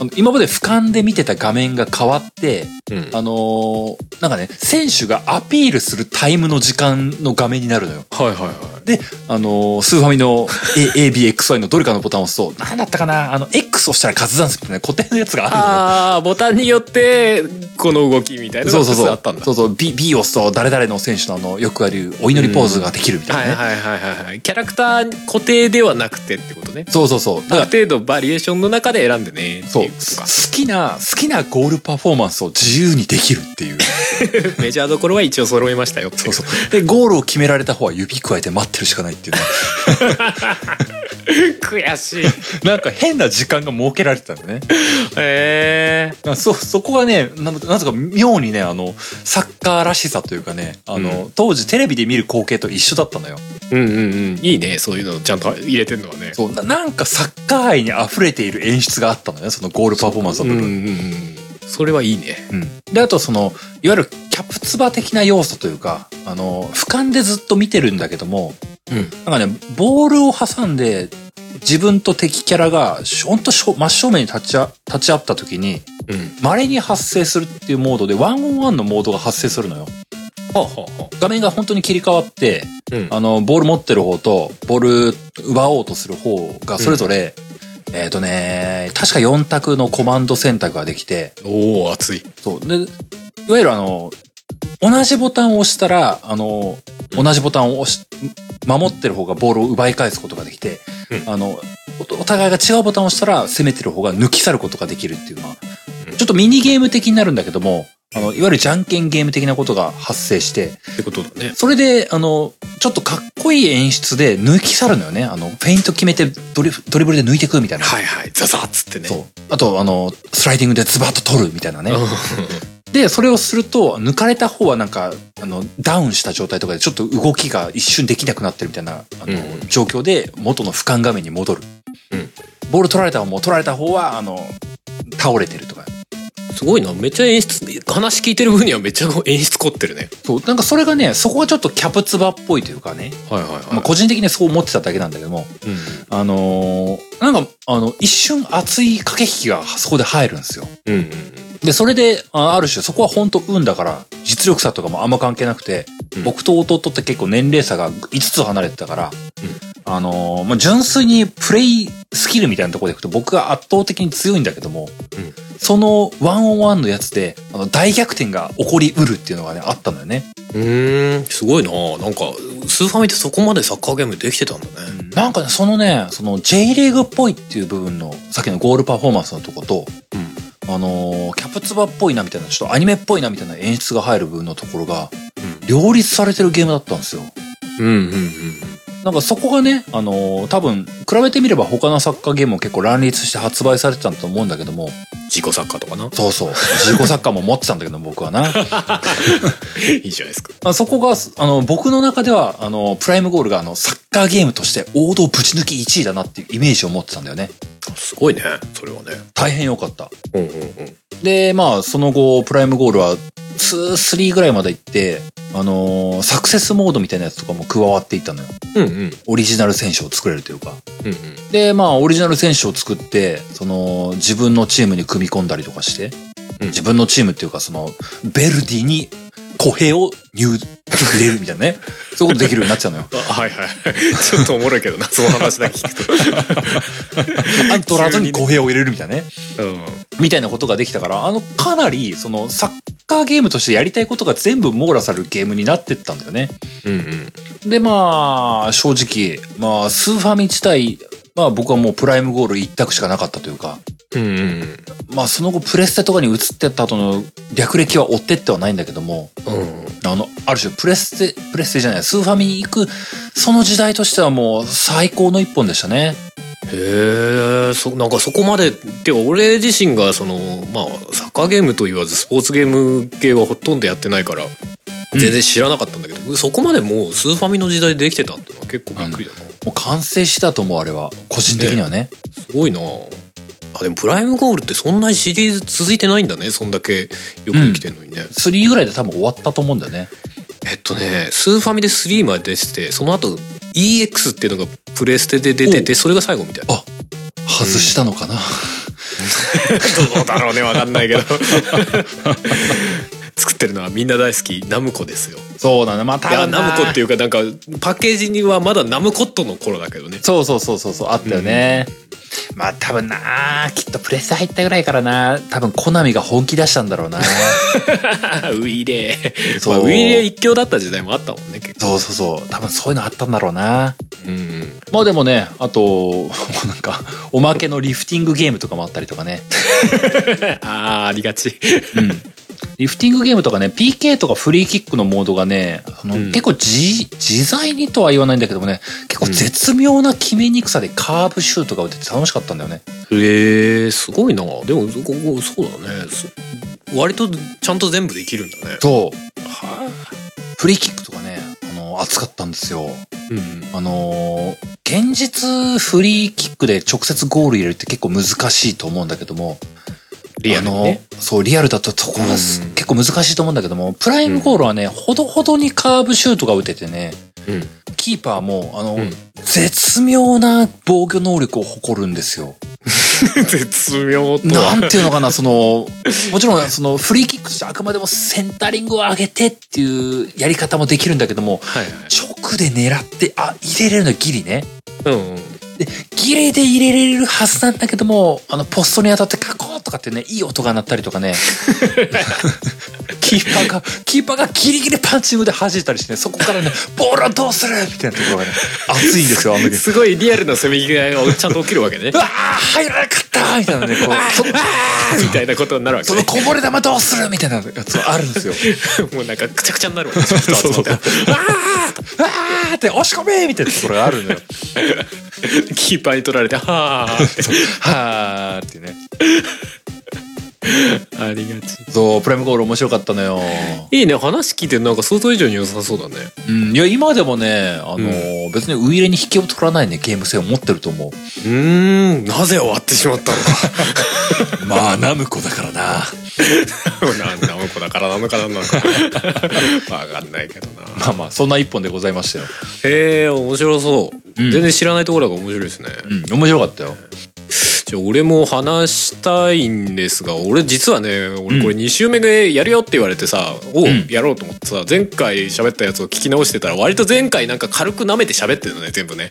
あの今まで俯瞰で見てた画面が変わってい、うん、あのーなんかね選手がアピールするタイムの時間の画面になるのよ。はいはいはで、あのースーファミの ABXY のどれかのボタンを押すと、なんだったかなあの、X を押したらカズダンスみたいな固定のやつがあるのよ。ああボタンによってこの動きみたいなのそうがそうそう。あったんだそうそう。B、B を押すと、誰々の選手のあの、よくある、お祈りポーズができるみたいなはね。いはいはいはいはいキャラクター固定ではなくてってことねそうそうそう。あだるから、程度バリエーションの中で選んでねってそう。いうことか好きな、好きなゴールパフォーマンスを自由にできるって [LAUGHS] いう。メジャーどころは一応揃いましたよっていそううそう。で、ゴールを決められた方は指くわえて待ってるしかないっていうね。悔し [LAUGHS] いなんか変な時間が設けられてたんだね。へえそ、そこがね、なんなぜか妙にね、あの、サッカーらしさというかね、あの、当時テレビで見る光景と一緒だったのよ。うんうんうんいいねそういうのちゃんと入れてんのはねそう、ななんかサッカー愛に溢れている演出があったのね、そのゴールパフォーマンスの部うんう分。んうんそれはいいねうん、であとそのいわゆるキャプツバ的な要素というかあの俯瞰でずっと見てるんだけどもうんなんかねボールを挟んで自分と敵キャラがほんとしょ真正面に立ちあ立ち会った時にうん稀に発生するっていうモードでワンオンワンのモードが発生するのよはあはあは画面が本当に切り替わってあうんあのボール持ってる方とボール奪おうとする方がそれぞれ、えっ、とね確か4択のコマンド選択ができておお熱いそう。で、いわゆるあの、同じボタンを押したら、あの、うん同じボタンを押し、守ってる方がボールを奪い返すことができて、うあのお、お互いが違うボタンを押したら攻めてる方が抜き去ることができるっていうのは、うんちょっとミニゲーム的になるんだけども、あの、いわゆるじゃんけんゲーム的なことが発生して、ってことだねそれで、あの、ちょっとかっこいい演出で抜き去るのよね。あの、フェイント決めてドリドリブルで抜いてくみたいな。はいはいザザッつってねそう。あと、あの、スライディングでズバッと取るみたいなね。で、それをすると、抜かれた方はなんか、あの、ダウンした状態とかで、ちょっと動きが一瞬できなくなってるみたいな、あの、うん状況で、元の俯瞰画面に戻る。うんボール取られた方も、取られた方は、あの、倒れてるとか。すごいなめっちゃ演出話聞いてる分にはめっちゃ演出凝ってるねそう、なんかそれがね、そこがちょっとキャプツバっぽいというかね、はいはいはい、まあ、個人的にはそう思ってただけなんだけども、うんあのーなんか、あの、一瞬熱い駆け引きがそこで入るんですよ。うんうんで、それで、あある種、そこは本当運だから、実力差とかもあんま関係なくて、うん僕と弟って結構年齢差が5つ離れてたから、うんあのーまあ、純粋にプレイスキルみたいなところでいくと僕が圧倒的に強いんだけども、うんそのワンオンワンのやつで、あの、大逆転が起こりうるっていうのがね、あったんだよね。うーんすごいななんかスーファミってそこまでサッカーゲームできてたんだねなんかね、そのね、その J リーグっぽいっていう部分の、さっきのゴールパフォーマンスのとこと、うんあのーキャプツバっぽいなみたいな、ちょっとアニメっぽいなみたいな演出が入る部分のところが、両立されてるゲームだったんですよ。うんうんうんなんかそこがね、あのー多分、比べてみれば他のサッカーゲームも結構乱立して発売されてたと思うんだけども、自己サッカーとか [LAUGHS] なそうそう、自己サッカーも持ってたん [LAUGHS] だけど僕はな。いいじゃないですかあそこが、あの、僕の中では、あの、プライムゴールが、あの、サッカーゲームとして王道ぶち抜き1位だなっていうイメージを持ってたんだよね。すごいねそれはね大変良かった。うんうんうんで、まあ、その後、プライムゴールは、2、3ぐらいまで行って、あのーサクセスモードみたいなやつとかも加わっていったのよ。うんうんオリジナル選手を作れるというか。うんうんで、まあ、オリジナル選手を作って、その、自分のチームに組み込んだりとかして、うん自分のチームっていうか、その、ベルディに、小平を入、入れるみたいなね。そういうことできるようになっちゃう [LAUGHS] のよ。あはいはいちょっとおもろいけどなその話だけ聞くアントラーズに小平を入れるみたいなね。と [LAUGHS] うんみたいなことができたから、あの、かなり、その、サッカーゲームとしてやりたいことが全部網羅されるゲームになってったんだよね。うんうんで、まあ、正直、まあ、スーファミ自体、まあ僕はもうプライムゴール一択しかなかったというか、うんうんまあその後プレステとかに移ってった後の略歴は追ってってはないんだけども、うんあの、ある種プレステ、プレステじゃない、スーファミに行く、その時代としてはもう最高の一本でしたね。へえそなんかそこまでってか俺自身がそのまあサッカーゲームと言わずスポーツゲーム系はほとんどやってないから全然知らなかったんだけど、そこまでもうスーファミの時代でできてたっていうのは結構びっくりだなもう完成したと思う、あれは。個人的にはね。すごいなあでもプライムゴールってそんなにシリーズ続いてないんだねそんだけよくできてんのにね、 3ぐらいで多分終わったと思うんだよね。えっとねスーファミで3まで出ててその後 EX っていうのがプレステで出ておてそれが最後みたいなあ、外したのかな。どうだろうねわかんないけど [LAUGHS] 作ってるのはみんな大好きナムコですよそうなんだ。まあ、いやナムコっていうかなんかパッケージにはまだナムコットの頃だけど [LAUGHS] ねそうそうそうそうそう、あったよね。まあ多分なきっとプレステ入ったぐらいからな多分コナミが本気出したんだろうなウイレーそうまあウイレー一強だった時代もあったもんね結構 [LAUGHS] そうそうそう。多分そういうのあったんだろうなうんうんまあでもね、あと、 [LAUGHS] もうなんか、おまけのリフティングゲームとかもあったりとかね。 [LAUGHS] あーありがちうん。リフティングゲームとかね、PK とかフリーキックのモードがね、あのうん結構自、自在にとは言わないんだけどもね、結構絶妙な決めにくさでカーブシュートが打てて楽しかったんだよね。へえすごいなでもそここそうだねそ割とちゃんと全部できるんだねそう。はフリーキックとかね、あの、熱かったんですよ。うんうんあのー現実フリーキックで直接ゴール入れるって結構難しいと思うんだけども、リアルにねあのそう、リアルだとそこがすうん結構難しいと思うんだけども、プライムゴールはね、ほどほどにカーブシュートが打ててね、うんキーパーも、あの、うん絶妙な防御能力を誇るんですよ。 [LAUGHS] 絶妙とはなんていうのか [LAUGHS] な、その、もちろん、その、フリーキックとしてあくまでもセンタリングを上げてっていうやり方もできるんだけども、はいはい直で狙って、あ、入れれるのギリね。うんうんギリで入れれるはずなん [LAUGHS] だけども、あの、ポストに当たってカコーとかってね、いい音が鳴ったりとかね。キーパーが、キーパーがギリギリパンチムで弾いたりしてね、そこからね、ボールはどうするみたいなところがね、熱いんですよ、あの時。すごいリアルなせめぎ合いがちゃんと起きるわけね [LAUGHS] う。わー入らなかったみたいなね、こう、そのみたいなことになるわけそねの。こぼれ球どうするみたいなやつがあるんですよ。もうなんかくちゃくちゃになるわけね。人集まってそうあーって押し込めみたいなところがあるのよ。キーパーに取られて、はあって。はーってね。ありがち。そう、プライムゴール面白かったのよ。いいね、話聞いてなんか想像以上に良さそうだね。うん、いや、今でもね、あのー別にウイイレに引けを取らないね、ゲーム性を持ってると思う。うーん、なぜ終わってしまったのまあ、ナムコだからな。か。 [LAUGHS] なんだ、こだからなのかなんな [LAUGHS] のか。わかんないけどな。まあまあ、そんな一本でございましたよ。へえ、面白そう。うん全然知らないところが面白いですね。うん、面白かったよ。じゃあ俺も話したいんですが俺実はね俺これう2週目でやるよって言われてさ、おんうやろうと思ってさ前回喋ったやつを聞き直してたら割と前回なんか軽く舐めて喋ってるのね全部ね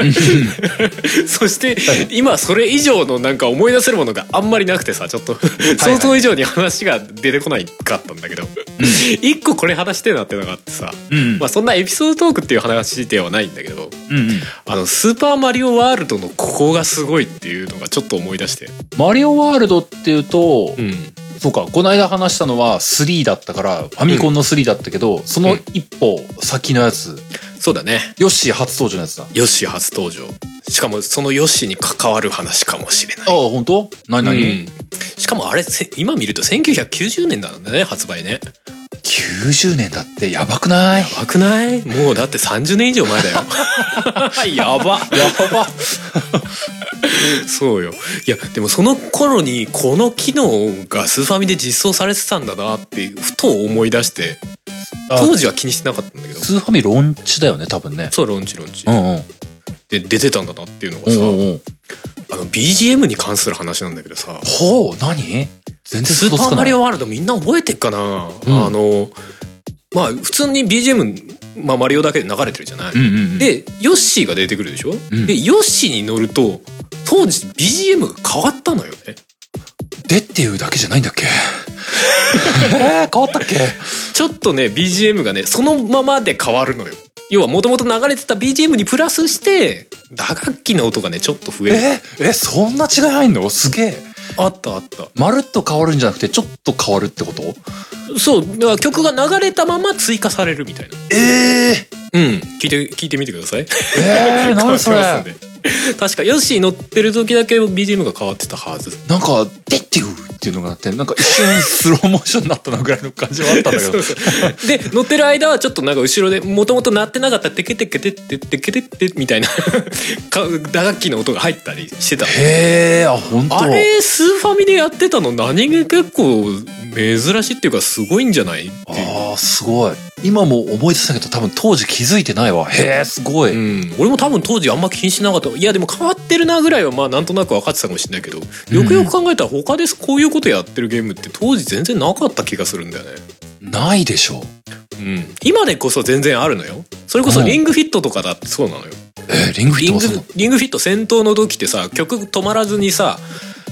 [LAUGHS] そして今それ以上のなんか思い出せるものがあんまりなくてさちょっと想像以上に話が出てこないかったんだけど一個これ話してえなってのがあってさ、うんまあ、そんなエピソードトークっていう話ではないんだけどうんうん。あの「スーパーマリオワールド」のここがすごいっていうのがちょっと思い出して。マリオワールドっていうと、うんそうか、この間話したのは3だったから、ファミコンの3だったけど、その一歩先のやつ、そうだね。ヨッシー初登場のやつだ。あヨッシー初登場。しかもそのヨッシーに関わる話かもしれないあ、。本当？何う何、ん、しかもあれせ今見ると1990年なんだね発売ね ?90 年だってやばくないや怖くないもうだって30年以上前 [LAUGHS] だよやばば。そうよいやでもその頃にこの機能がスーファミで実装されてたんだなってふと思い出してあ当時は気にしてなかったんだけどスーファミローンチだよね、多分ね。そうロンチロンチうんうん。で出てたんだなっていうのがうさんうんうん。あの BGM に関する話なんだけどさほう、何全然スー想像パつかーマないリオワールドみんな覚えてっかな、んあの、まあ普通に BGM、まあマリオだけで流れてるじゃない、うんうんうん。、で、ヨッシーが出てくるでしょ、んで、ヨッシーに乗ると、当時 BGM が変わったのよね。でっていうだけじゃないんだっ [LAUGHS] けえー、変わったっけちょっとね、BGM がね、そのままで変わるのよ。要はもともと流れてた BGM にプラスして、打楽器の音がね、ちょっと増える。ええ、そんな違い入んのすげえ。あったあった。まるっと変わるんじゃなくて、ちょっと変わるってことそう、だから曲が流れたまま追加されるみたいな。ええうん、聞いて、聞いてみてください。ー、えー、何それ変わってますんで確かヨッシー乗ってる時だけ BGM が変わってたはずなんか、でっていうっていうのがあって、なんか一瞬スローモーションになったなぐらいの感じはあったんだけ [LAUGHS] そどう。そうで乗ってる間はちょっとなんか後ろでもともと鳴ってなかったテケテケテテテケテテみたいな [LAUGHS] か打楽器の音が入ったりしてたへえ、あ、本当。あれスーファミでやってたの何気結構珍しいっていうかすごいんじゃないっていうあーすごい。今も思い出したけど、多分当時気づいてないわ。へえ、すごい。うん、俺も多分当時あんま気にしなかったいやでも変わってるなぐらいはまあなんとなく分かってたかもしれないけどよくよく考えたら他でこういうことやってるゲームって当時全然なかった気がするんだよねないでしょ。うん、今でこそ全然あるのよそれこそリングフィットとかだってそうなのよ、えー、リングフィットリンもグそうなのリングフィット戦闘の時ってさ曲止まらずにさ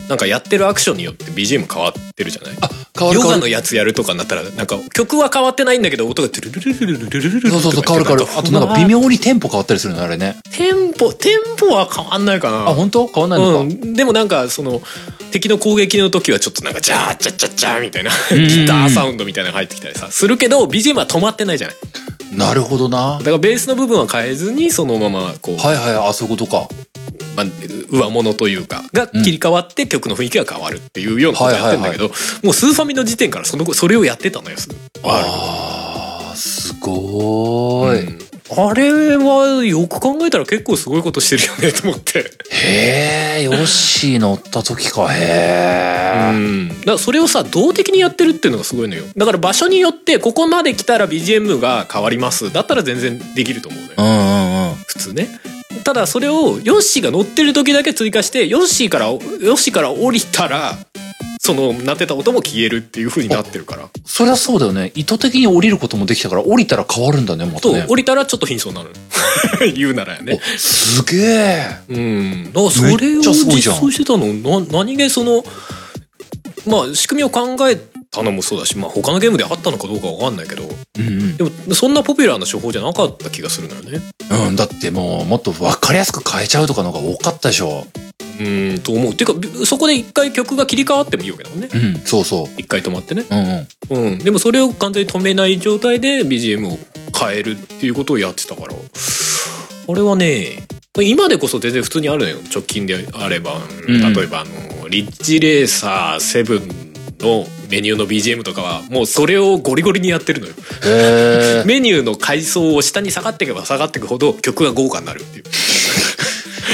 なんかやってるアクションによって BGM 変わってるじゃないあ、変わる変ヨガわのる。やつやるとかになったらなんか曲は変わってないんだけど音がトゥルルルルルルルルルそうそうそう、変わる変わる。あとなんか微妙にテンポ変わったりするの、あれね。テンポテンポは変わんないかなあ、本当変わんないのか。うん、でもなんかその敵の攻撃の時はちょっとなんかジャーチャチャチャみたいなんギターサウンドみたいなのが入ってきたりさするけど BGM は止まってないじゃないなるほどな。はいだからベースの部分は変えずにそのままこう、はい、あ、そういうことか。まあ、上物というかが切り替わって曲の雰囲気が変わるっていうようなことやってんだけど、もうスーファミの時点からそのそれをやってたのよ。ああー、すごあーい。あれはよく考えたら結構すごいことしてるよねと思って。へえ、ヨッシー乗った時か、 [LAUGHS] うへえ。ん、だからそれをさ動的にやってるっていうのがすごいのよだから場所によってここまで来たら BGM が変わりますだったら全然できると思うのようんうんうん。普通ねただそれをヨッシーが乗ってる時だけ追加してヨッシーからヨッシーから降りたらその鳴ってた音も消えるっていう風になってるからそりゃそうだよね。意図的に降りることもできたから、降りたら変わるんだね、またとね。降りたらちょっと貧相になる [LAUGHS] 言うならやねおすげえ。うんだからそれめをっちゃすごい実じゃん装してたのな何気そのまあ仕組みを考えたのもそうだし、まあ、他のゲームであったのかどうかわかんないけどうんでもそんなポピュラーな手法じゃなかった気がするのよね。うん。うん、だってもう、もっと分かりやすく変えちゃうとかの方が多かったでしょ。うんと思うていうかそこで一回曲が切り替わってもいいわけだもんねうん、そうそう。一回止まってね、うんうん。うん、でもそれを完全に止めない状態で BGM を変えるっていうことをやってたからあれはね今でこそ全然普通にあるのよ直近であれば、うん例えばあのリッチレーサー7のメニューの BGM とかはもうそれをゴリゴリにやってるの [LAUGHS] よへえ。メニューの階層を下に下がっていけば下がっていくほど曲が豪華になるっていう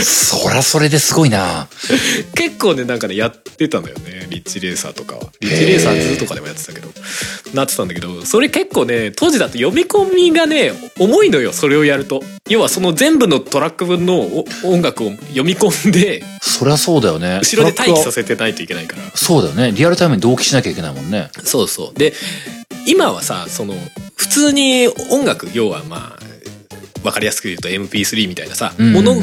そらそれですごいな。結構ねなんかねやってたのよねリッチレーサーとかはリッチレーサー2とかでもやってたけどなってたんだけどそれ結構ね当時だと読み込みがね重いのよそれをやると要はその全部のトラック分のお音楽を読み込んでそりゃそうだよね。後ろで待機させせてないといけないからそうだよね。リアルタイムに同期しなきゃいけないもんね。そうそうで今はさその普通に音楽要はまあ分かりやすく言うと MP3 みたいなさ、うんうんうんもの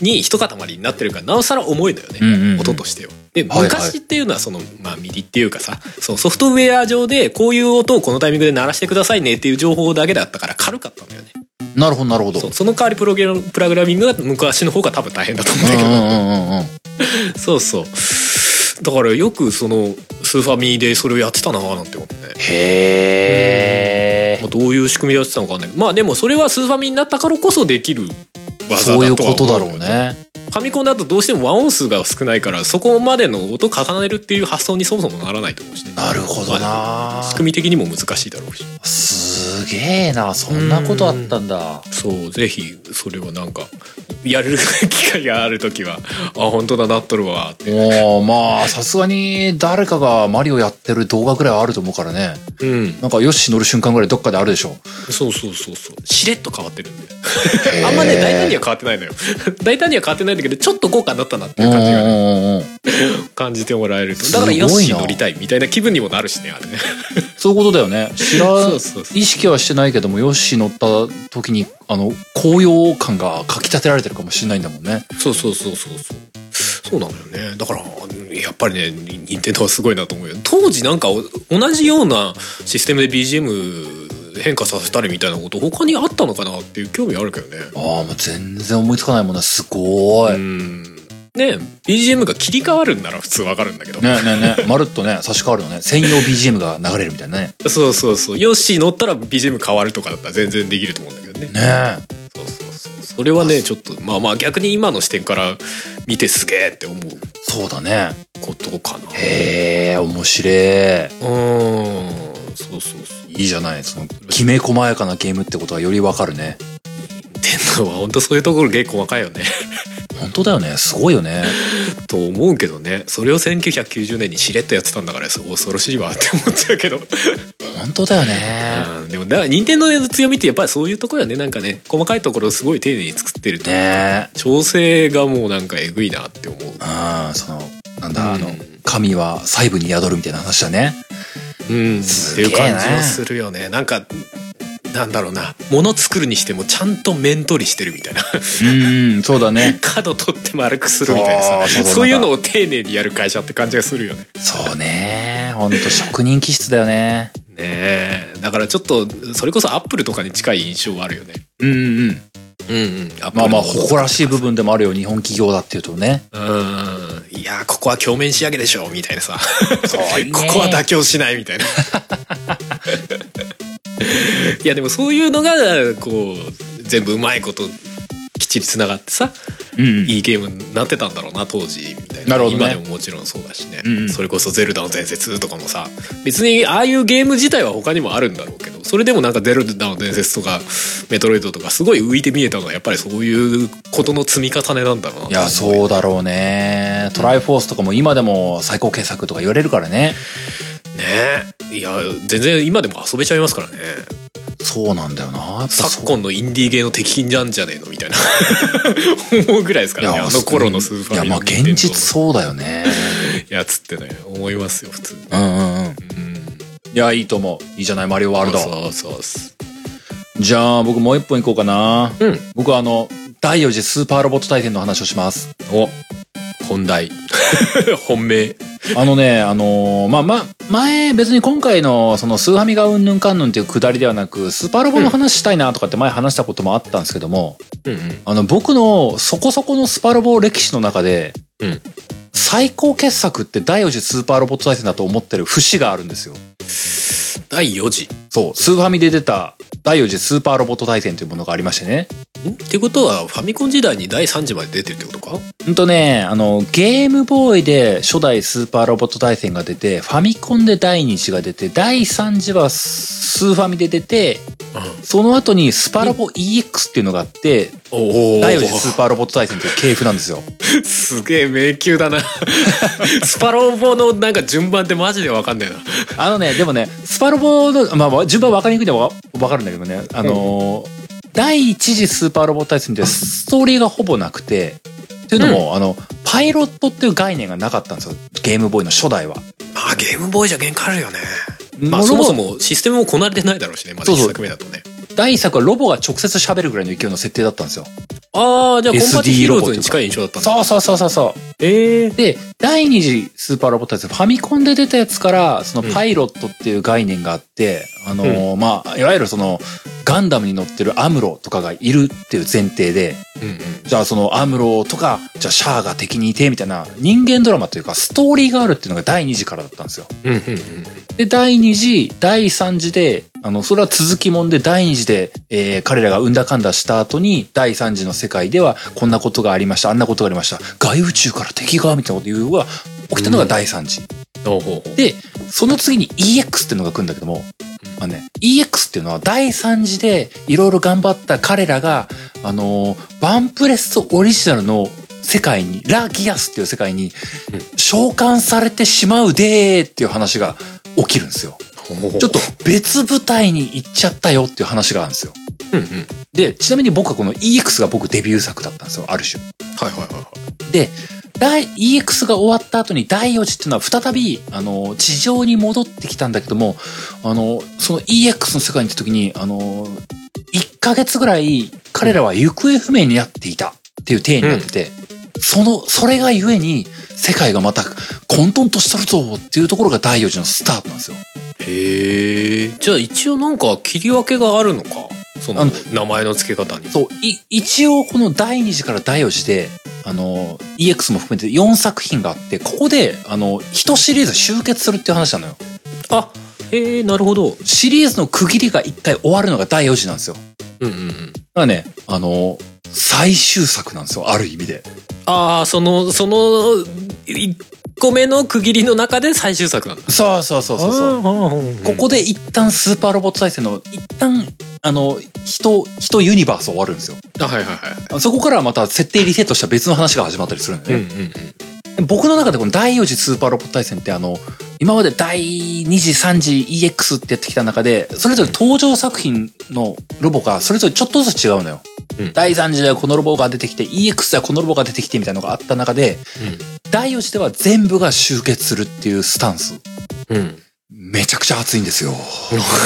に一塊になってるからなおさら重いのよね、うんうんうん音としてよ。ではいはい昔っていうのはその、まあ、ミディっていうかさそのソフトウェア上でこういう音をこのタイミングで鳴らしてくださいねっていう情報だけだったから軽かったんだよね。なるほど、なるほど。そうその代わりプロゲラプログラミングが昔の方が多分大変だと思うんだけうど、んうんうんうんうん。 [LAUGHS] そうそう。だからよくそのスーファミでそれをやってたなぁなんて思ってね。へまあ、どういう仕組みでやってたのかわかんないまあでもそれはスーファミになったからこそできるえ。技だとはそ思ういうことだろうね。ファミコンだとどうしても和音数が少ないからそこまでの音を重ねるっていう発想にそもそもならないと思うしねなるほどまなあ仕組み的にも難しいだろうしすげえなそんなことあったんだ。そうぜひそれはなんかやれる機会がある時はあ本当だなっとるわってもう、まあ、さすがに誰かがマリオやってる動画ぐらいはあると思うからね。うんなんか、ヨッシー乗る瞬間ぐらいどっかであるでしょ。そうそうそうそうしれっと変わってるんであんまね大胆には変わってないのよ [LAUGHS] 大胆には変わってないんだけどちょっと豪華になったなっていう感じがねうんうんうんうん感じてもらえるとすだごいかならヨッシー乗りたいみたいな気分にもなるしねあれねそういうことだよね。知らそうそうそう意識はしてないけども、ヨッシー乗った時に、あの、高揚感がかき立てられてるかもしれないんだもんね。 [LAUGHS] そうそうそうそうそうそうなのよねだからやっぱりねに任天堂はすごいなと思うよ当時なんかお同じようなシステムで BGM 変化させたりみたいなこと他にあったのかなっていう興味あるけどねああ、もう全然思いつかないもんね。すごうい。ねんね BGM が切り替わるんなら普通わかるんだけど、ねねまるっとね、差し替わるのね。専用 BGM が流れるみたいなね。そうそうそうヨッシー乗ったら BGM 変わるとかだったら全然できると思うんだけどねねそうそうそうそれはねちょっとまあまあ逆に今の視点から見てすげえって思うそうだね。ことかなへえ、面白い。うーんそうそうそういいじゃない。その、きめ細やかなゲームってことはよりわかるね。天皇は本当そういうところ結構細かいよね [LAUGHS] 本当だよね。すごいよね。と思うけどねそれを1990年にしれっとやってたんだからそう恐ろしいわって思っちゃうけど、本当だよね。うんでもだ任天堂の強みってやっぱりそういうところよねなんかね細かいところをすごい丁寧に作ってると、ね調整がもうなんかえぐいなって思うえ。うん、その、なんだ、あのうん、神は細部に宿るみたいな話だね。うんすっげてえいなう感じはするよねなんかなんだろうな物作るにしてもちゃんと面取りしてるみたいなうん、そうだね。 [LAUGHS] 角取って丸くするみたいなさあーそうだそういうのを丁寧にやる会社って感じがするよねそうね。ほんと職人気質だよね。ねえだからちょっとそれこそアップルとかに近い印象はあるよねうんうん。うんうんまあまあ、誇らしい部分でもあるよ。日本企業だっていうとね。うんいやここは鏡面仕上げでしょみたいなさそういいねここは妥協しないみたいないやでもそういうのがこう全部うまいこときっちりつながってさうんうん。いいゲームになってたんだろうな当時みたいななるほどね今でももちろんそうだしね、うんうんそれこそ「ゼルダの伝説」とかもさ別にああいうゲーム自体は他にもあるんだろうけどそれでもなんか「ゼルダの伝説」とか「メトロイド」とかすごい浮いて見えたのはやっぱりそういうことの積み重ねなんだろうないいや、そうだろうね。トライフォースとかも今でも最高傑作とか言われるからね。ねいや全然今でも遊べちゃいますからねそうなんだよな。やっぱそう昨今のインディーゲーの敵なんじゃねえのみたいな [LAUGHS] 思うぐらいですからねあの頃のスーパーいや、まあ現実そうだよね。やつってね思いますよ普通に。うんうんうん。うんいや、いいと思う。いいじゃない、マリオワールド。そうそうそうじゃあ、僕もう一本いこうかな。うん僕はあの、第4次スーパーロボット大戦の話をします。 [LAUGHS] お本題本命あのね、あのーまあ、ま、前、別に今回の、その、スーハミがうんぬんかんぬんっていうくだりではなく、スーパーロボの話したいなとかって前話したこともあったんですけども、うんうんあの、僕のそこそこのスパロボ歴史の中で、うん最高傑作って第4次スーパーロボット大戦だと思ってる節があるんですよ。第4次そう、スーファミで出た第4次スーパーロボット大戦というものがありましてね。んってことはファミコン時代に第3次まで出てるってことかうんとね、あの、ゲームボーイで初代スーパーロボット大戦が出て、ファミコンで第2次が出て、第3次はスーファミで出て、その後にスパロボ EX っていうのがあって、おお第4次スーパーロボット大戦という系譜なんですよ。 [LAUGHS] すげえ迷宮 [LAUGHS] だなスパロボのなんか順番ってマジでわかんないなあのね、でもね、スパロボの、まあわ、順番分かりにくいのは分かるんだけどね、あのー第一次スーパーロボット大戦ってストーリーがほぼなくて、っていうのも、あの、パイロットっていう概念がなかったんですよ。ゲームボーイの初代は。まあゲームボーイじゃ限界あるよねまあロそもボそもシステムもこなれてないだろうしねまだそうそう1作目だとね第一作はロボが直接喋るぐらいの勢いの設定だったんですよ。ああじゃあコンバット SD ヒーローズに近い印象だったんだそうそうそうそうそう。ええで、第二次スーパーロボットですファミコンで出たやつから、そのパイロットっていう概念があって、あのーまあ、いわゆるその、ガンダムに乗ってるアムロとかがいるっていう前提で、うんうんじゃあそのアムロとか、じゃあシャアが敵にいて、みたいな人間ドラマというかストーリーがあるっていうのが第二次からだったんですよ。うんうんうんで、第二次、第三次で、あの、それは続きもんで、第二次で、えー、彼らがうんだかんだした後に、第三次の世界では、こんなことがありました、あんなことがありました、外宇宙から敵が、みたいなこと言うのが、起きたのが第三次。ほうほうほうで、その次に EX っていうのが来るんだけども、まあね、EX っていうのは第3次でいろいろ頑張った彼らが、あのーバンプレストオリジナルの世界に、ラギアスっていう世界にうん召喚されてしまうでーっていう話が起きるんですよ。ほうほうほうちょっと別舞台に行っちゃったよっていう話があるんですよ。うんうんで、ちなみに僕はこの EX が僕デビュー作だったんですよ、ある種。はいはいはいはいで、第 EX が終わった後に第4次っていうのは再び、あの、地上に戻ってきたんだけども、あの、その EX の世界に行った時に、あの、1ヶ月ぐらい彼らは行方不明になっていたっていう体になってて、その、それがゆえに、世界がまた混沌としたるぞっていうところが第4次のスタートなんですよ。へえじゃあ一応なんか切り分けがあるのかそのあの名前の付け方にそう、い、一応この第2次から第4次で、あの、EX も含めて4作品があって、ここで、あの、1シリーズ集結するっていう話なのよ。あへえなるほどシリーズの区切りが一回終わるのが第4次なんですよ。だうんうんうんからね、あの、最終作なんですよ、ある意味で。ああそのその1個目の区切りの中で最終作なんだそうそうそうそうそう。ここここで一旦スーパーロボット大戦の、一旦、あの、人、人ユニバース終わるんですよ。あはいはいはいそこからまた設定リセットした別の話が始まったりするんで、ねうんうん僕の中でこの第4次スーパーロボット大戦ってあの、今まで第2次、3次、EX ってやってきた中で、それぞれ登場作品のロボがそれぞれちょっとずつ違うのよ。うん第3次ではこのロボが出てきて、EX ではこのロボが出てきてみたいなのがあった中で、第4次では全部が集結するっていうスタンス。うんうんめちゃくちゃ熱いんですよ。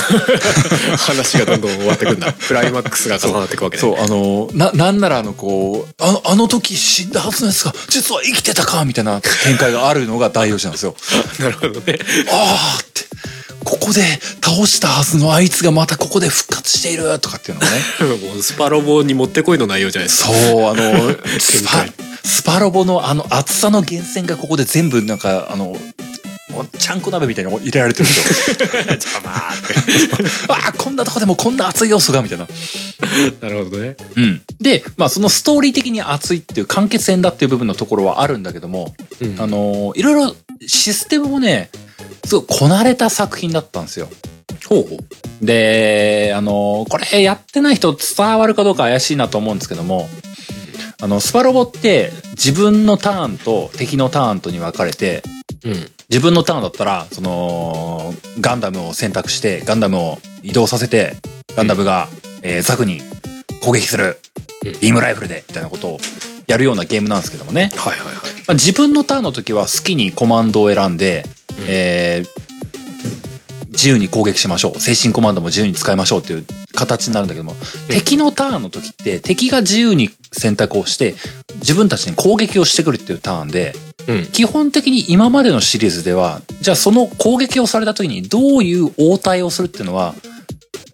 話がどんどん終わってくんだ [LAUGHS] クライマックスが重なっていくわけねそう、あの、な、なんならあの、こう、あの、あの時死んだはずのやつが、実は生きてたかみたいな展開があるのが第4次なんですよ。なるほどねああって、ここで倒したはずのあいつがまたここで復活しているとかっていうのがね。もうスパロボにもってこいの内容じゃないですか [LAUGHS] そう、あ [LAUGHS] の、スパ展、スパロボのあの厚さの源泉がここで全部なんか、あの、もうちゃんこ鍋みたいなの入れられてるん [LAUGHS] ですよ。邪魔 [LAUGHS] ーああ、こんなとこでもこんな熱い要素がみたいな。ってなるほどねうん。で、まあそのストーリー的に熱いっていう完結編だっていう部分のところはあるんだけども、うんあのいろいろシステムもね、すごいこなれた作品だったんですよ。ほうほうで、あの、これやってない人伝わるかどうか怪しいなと思うんですけども、あの、スパロボって自分のターンと敵のターンとに分かれて、うん自分のターンだったら、その、ガンダムを選択して、ガンダムを移動させて、ガンダムが、えーザクに攻撃するうん、ビームライフルで、みたいなことをやるようなゲームなんですけどもね。はいはいはいまあ、自分のターンの時は好きにコマンドを選んで、うんえー自由に攻撃しましょう。精神コマンドも自由に使いましょうっていう形になるんだけども、敵のターンの時って敵が自由に選択をして、自分たちに攻撃をしてくるっていうターンで、うん基本的に今までのシリーズでは、じゃあその攻撃をされた時にどういう応対をするっていうのは、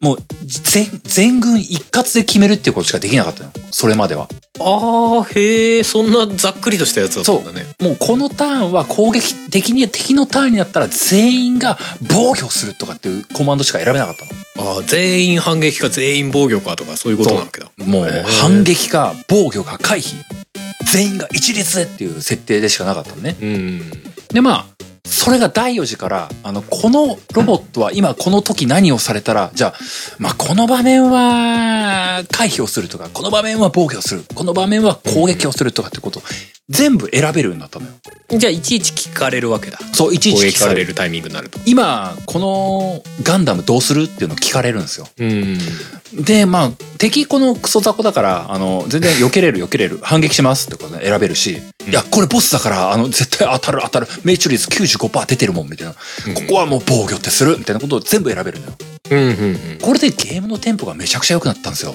もう全、全軍一括で決めるっていうことしかできなかったの。それまでは。ああへえそんなざっくりとしたやつだったんだねもうこのターンは攻撃的に、敵のターンになったら全員が防御するとかっていうコマンドしか選べなかったの。ああ全員反撃か全員防御かとかそういうことなわけだもうへー反撃か防御か回避。全員が一律でっていう設定でしかなかったのね。うんでまあそれが第4次からあのこのロボットは今この時何をされたらじゃあ、まあ、この場面は回避をするとかこの場面は防御をするこの場面は攻撃をするとかってことを全部選べるようになったのよ。じゃあいちいち聞かれるわけだそういちい攻ち撃聞かされれる。るタイミングになると今このガンダムどうするっていうのを聞かれるんですよ。うんでまあ敵このクソ雑魚だからあの全然避けれる避けれる反撃しますってことで選べるし、いやこれボスだからあの絶対当たる当たる命中率95%出てるもんみたいな、んここはもう防御ってするみたいなことを全部選べるのようんうんうんこれでゲームのテンポがめちゃくちゃ良くなったんですよ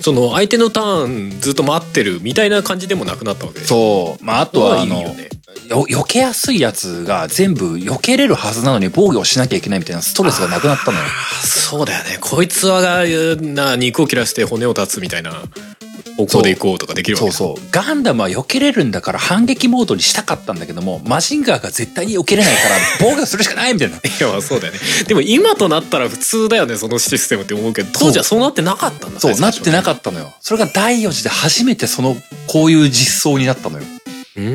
その相手のターンずっと待ってるみたいな感じでもなくなったわけでうそうまああとはあのいいよねよ避けやすいやつが全部避けれるはずなのに防御をしなきゃいけないみたいなストレスがなくなったのよそうだよねこいつはがな肉を切らして骨を断つみたいな方向で行こうとかできるわけそうだそうガンダムは避けれるんだから反撃モードにしたかったんだけどもマジンガーが絶対に避けれない [LAUGHS] から防御するしかない [LAUGHS] みたいないやまあそうだよねでも今となったら普通だよねそのシステムって思うけど当時はそうなってなかったんだそう、なってなっかったのよ。それが第4次で初めてその、こういう実装になったのよ。たうー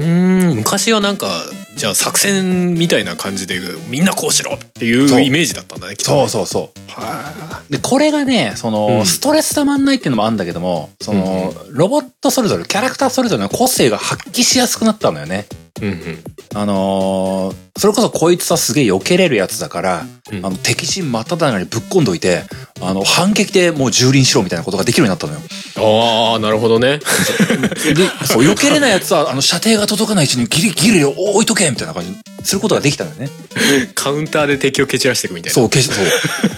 ん昔はなんかじゃあ作戦みたいな感じでみんなこうしろっていそううイメージだったんだねきっとねそうそう。で、これがね、その、うんストレス溜まんないっていうのもあるんだけども、その、ロボットそれぞれ、キャラクターそれぞれの個性が発揮しやすくなったのよね。うんうんあのーそれこそこいつはすげえ避けれるやつだから、うんあの、敵陣真っただ中にぶっ込んどいて、あの、反撃でもう蹂躙しろみたいなことができるようになったのよ。ああなるほどね [LAUGHS] で、そう、避けれないやつは、あの、射程が届かないうちにギリギリを置いとけみたいな感じにすることができたのよね。カウンターで敵を蹴散らしていくみたいなそう、決して、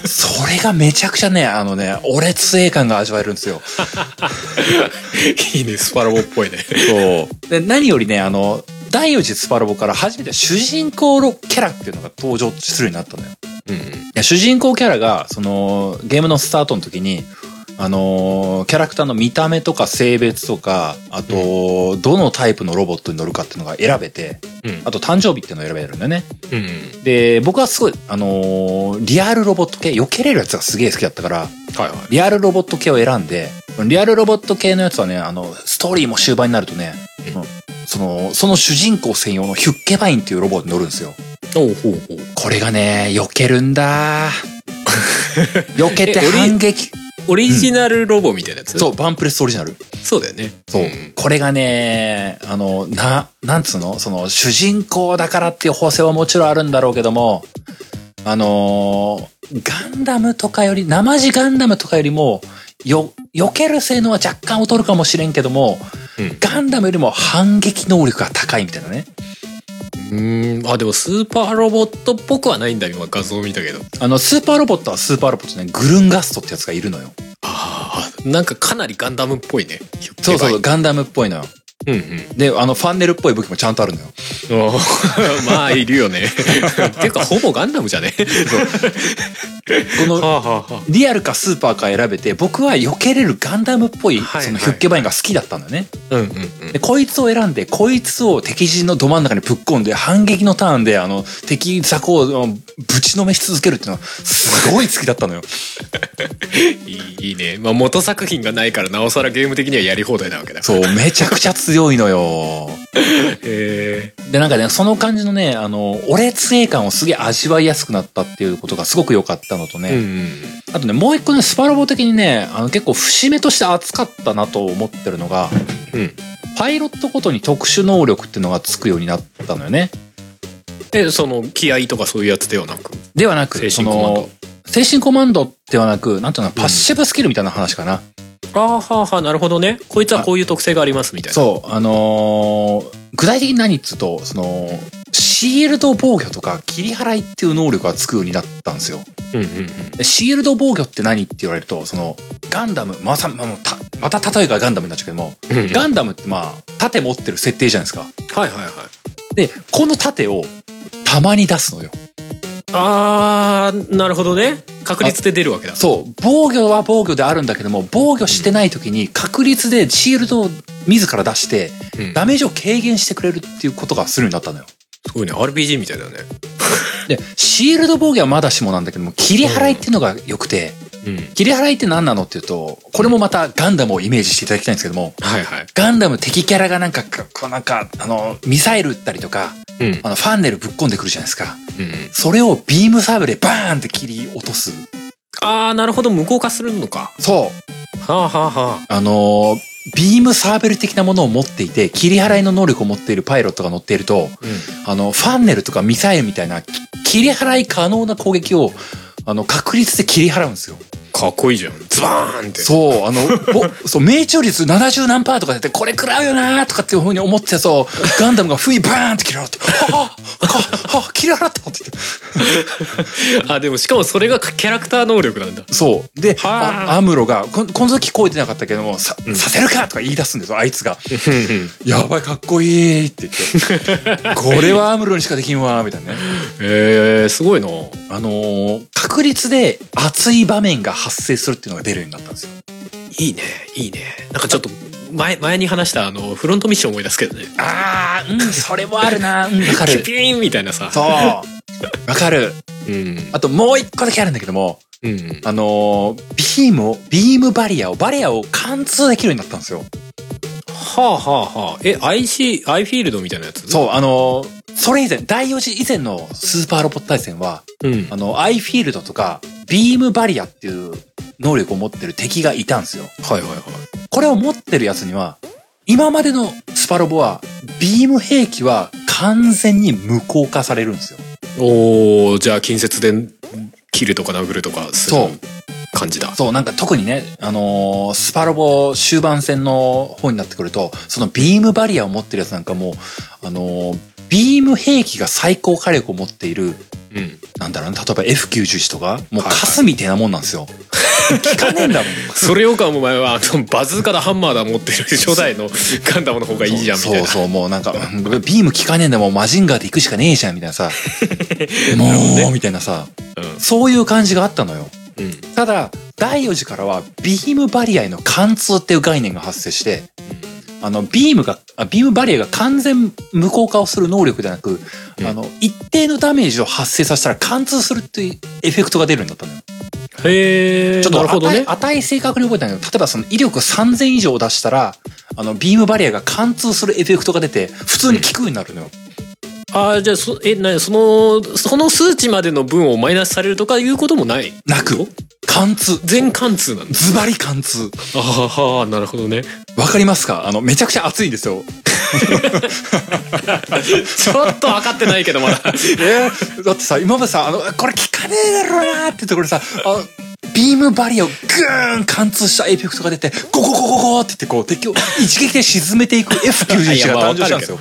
そう。それがめちゃくちゃね、あのね、俺杖感が味わえるんですよ。いいねスパロボっぽいねそう。で、何よりね、あの、第4次スパロボから初めて主人公のキャラっていうのが登場す [LAUGHS] るようになったのよ。いうんや主人公キャラが、その、ゲームのスタートの時に、あのーキャラクターの見た目とか性別とか、あと、どのタイプのロボットに乗るかっていうのが選べて、うんあと誕生日っていうのを選べるんだよね。うんで、僕はすごい、あのーリアルロボット系、避けれるやつがすげえ好きだったから、はいはいリアルロボット系を選んで、リアルロボット系のやつはね、あの、ストーリーも終盤になるとね、あのその、その主人公専用のヒュッケバインっていうロボに乗るんですよ。おうほうほうこれがね、避けるん [LAUGHS] だ避けてえオリ反撃。オリジナルロボみたいなやつ、そう、バンプレスオリジナル。そうだよねそう。これがね、あの、な、なんつうのその、主人公だからっていう法制はもちろんあるんだろうけども、あのーガンダムとかより、生地ガンダムとかよりも、よ、避ける性能は若干劣るかもしれんけども、うんガンダムよりも反撃能力が高いみたいなね。うんあでもスーパーロボットっぽくはないんだ今画像見たけどあの、スーパーロボットはスーパーロボットね、グルンガストってやつがいるのよ。ああなんかかなりガンダムっぽいねそうそうう、ガンダムっぽいのよ。うんうんで、あの、ファンネルっぽい武器もちゃんとあるのよ。おー [LAUGHS] まあいるよねていうかほぼガンダムじゃねこの、はあはあはリアルかスーパーか選べて、僕は避けれるガンダムっぽい、はいそのヒュッケバインが好きだったんだよね。うんうんうんで、こいつを選んで、こいつを敵陣のど真ん中にぶっ込んで、反撃のターンで、あの、敵雑魚をあのぶちのめし続けるっていうのは、すごい好きだった [LAUGHS] のよ。いいいいねまあ元作品がないからなおさらゲーム的にはやり放題なわけだそう、めちゃくちゃ強いのよ。へで、なんかね、その感じのね、あの、俺杖感をすげえ味わいやすくなったっていうことがすごく良かったのとね、えうんうんあとね、もう一個ね、スパロボ的にね、あの、結構節目として熱かったなと思ってるのが、うんパイロットごとに特殊能力っていうのがつくようになったのよね。えその気合とかそういうやつではなくではなく、精神コマンドその精神コマンドではなく、なんていうのかな、パッシブスキルみたいな話かな。ああはあはあなるほどねこいつはこういう特性がありますみたいなそう、あのー具体的に何っつうと、その、シールド防御とか切り払いっていう能力がつくようになったんですよ。うんうんうんでシールド防御って何って言われると、その、ガンダム、まさ、まあもうたまた例えがガンダムになっちゃうけども、うんガンダムってまあ、盾持ってる設定じゃないですか。はいはいはいで、この盾をたまに出すのよ。あーなるほどね確率で出るわけだそう、防御は防御であるんだけども、防御してない時に確率でシールドを自ら出して、うんダメージを軽減してくれるっていうことがするようになったのよ。すごいね RPG みたいだねで、シールド防御はまだしもなんだけども、切り払いっていうのが良くて、うん切り払いって何なのっていうと、これもまたガンダムをイメージしていただきたいんですけども、はいはいガンダム敵キャラがなんか、こうなんか、あの、ミサイル撃ったりとか、うんあの、ファンネルぶっ込んでくるじゃないですか。うんうんそれをビームサーブでバーンって切り落とす。ああなるほど無効化するのかそう。はあはあはあのービームサーベル的なものを持っていて、切り払いの能力を持っているパイロットが乗っていると、あ、うん、あの、ファンネルとかミサイルみたいな、き切り払い可能な攻撃を、あの、確率で切り払うんですよ。かっこいいじゃんズバーンってそう、あの、ぼ [LAUGHS] そう、命中率70何パーとかやって、これ食らうよなーとかっていうふうに思ってたやつを、ガンダムが不意バーンって切り払って、はあ、はあ、はあ、切り払ったって言って。あでもしかもそれがキャラクター能力なんだそう。で、はああアムロが、ここの時聞こえてなかったけども、さ、うんさせるかとか言い出すんですよ、あいつが。やばい、かっこいいって言 [LAUGHS] って。これはアムロにしかできんわ、みたいなね。へえー、すごいなあのー確率で熱い場面が発生するっていうのが出るようになったんですよ。いいねいいねなんかちょっと前前に話したあのフロントミッション思い出すけどねああ、うん、それもあるな、うん、わかキュるピ。ーンみたいなさそう。わかる。うんあともう一個だけあるんだけども、うんあのービームを、ビームバリアを、バリアを貫通できるようになったんですよ。はあはあはあえ IC アイフィールドみたいなやつそう、あのーそれ以前、第4次以前のスーパーロボット対戦は、う、うんあ、の、アイフィールドとか、ビームバリアっていう能力を持ってる敵がいたんですよ。はいはいはいこれを持ってるやつには、今までのスパロボは、ビーム兵器は完全に無効化されるんですよ。おーじゃあ近接で切るとか殴るとかするそう感じだそう、なんか特にね、あのースパロボ終盤戦の方になってくると、そのビームバリアを持ってるやつなんかもう、あのービーム兵器が最高火力を持っている、うんなんだろうな、例えば F91 とか、もうはいはいカスみたいなもんなんですよ。効かねえんだもん。それよりかお前はあのバズーカだハンマーだ持ってる初代のガンダムの方がいいじゃんみたいなそうそうもうなんかうんビーム効かねえんだもんマジンガーで行くしかねえじゃんみたいな [LAUGHS] さもう、みたいなさそういう感じがあったのようんうんただ第4次からはビームバリアへの貫通っていう概念が発生してあのビームがあビームバリアが完全無効化をする能力ではなく、うんあの一定のダメージを発生させたら貫通するっていうエフェクトが出るんだったのよへえちょっなとるほど値,、ね値正確に覚えてないけど、例えばその威力3000以上を出したら、あの、ビームバリアが貫通するエフェクトが出て、普通に効くようになるのよ。ああじゃあそえなそのその数値までの分をマイナスされるとかいうこともないなく、貫通。全貫通なんだズバリ貫通。あははなるほ [LAUGHS] どねわかりますかあの、めちゃくちゃ熱いんですよ。ちょっと分かってないけどまだ [LAUGHS] えーだってさ、今までさ、あの、これ効かねえだろうなーってところでさ、あビームバリアをグーン貫通したエフェクトが出て、ゴゴゴゴゴーって言ってこう、敵を一撃で沈めていく [LAUGHS] F91 が誕生したんですよ。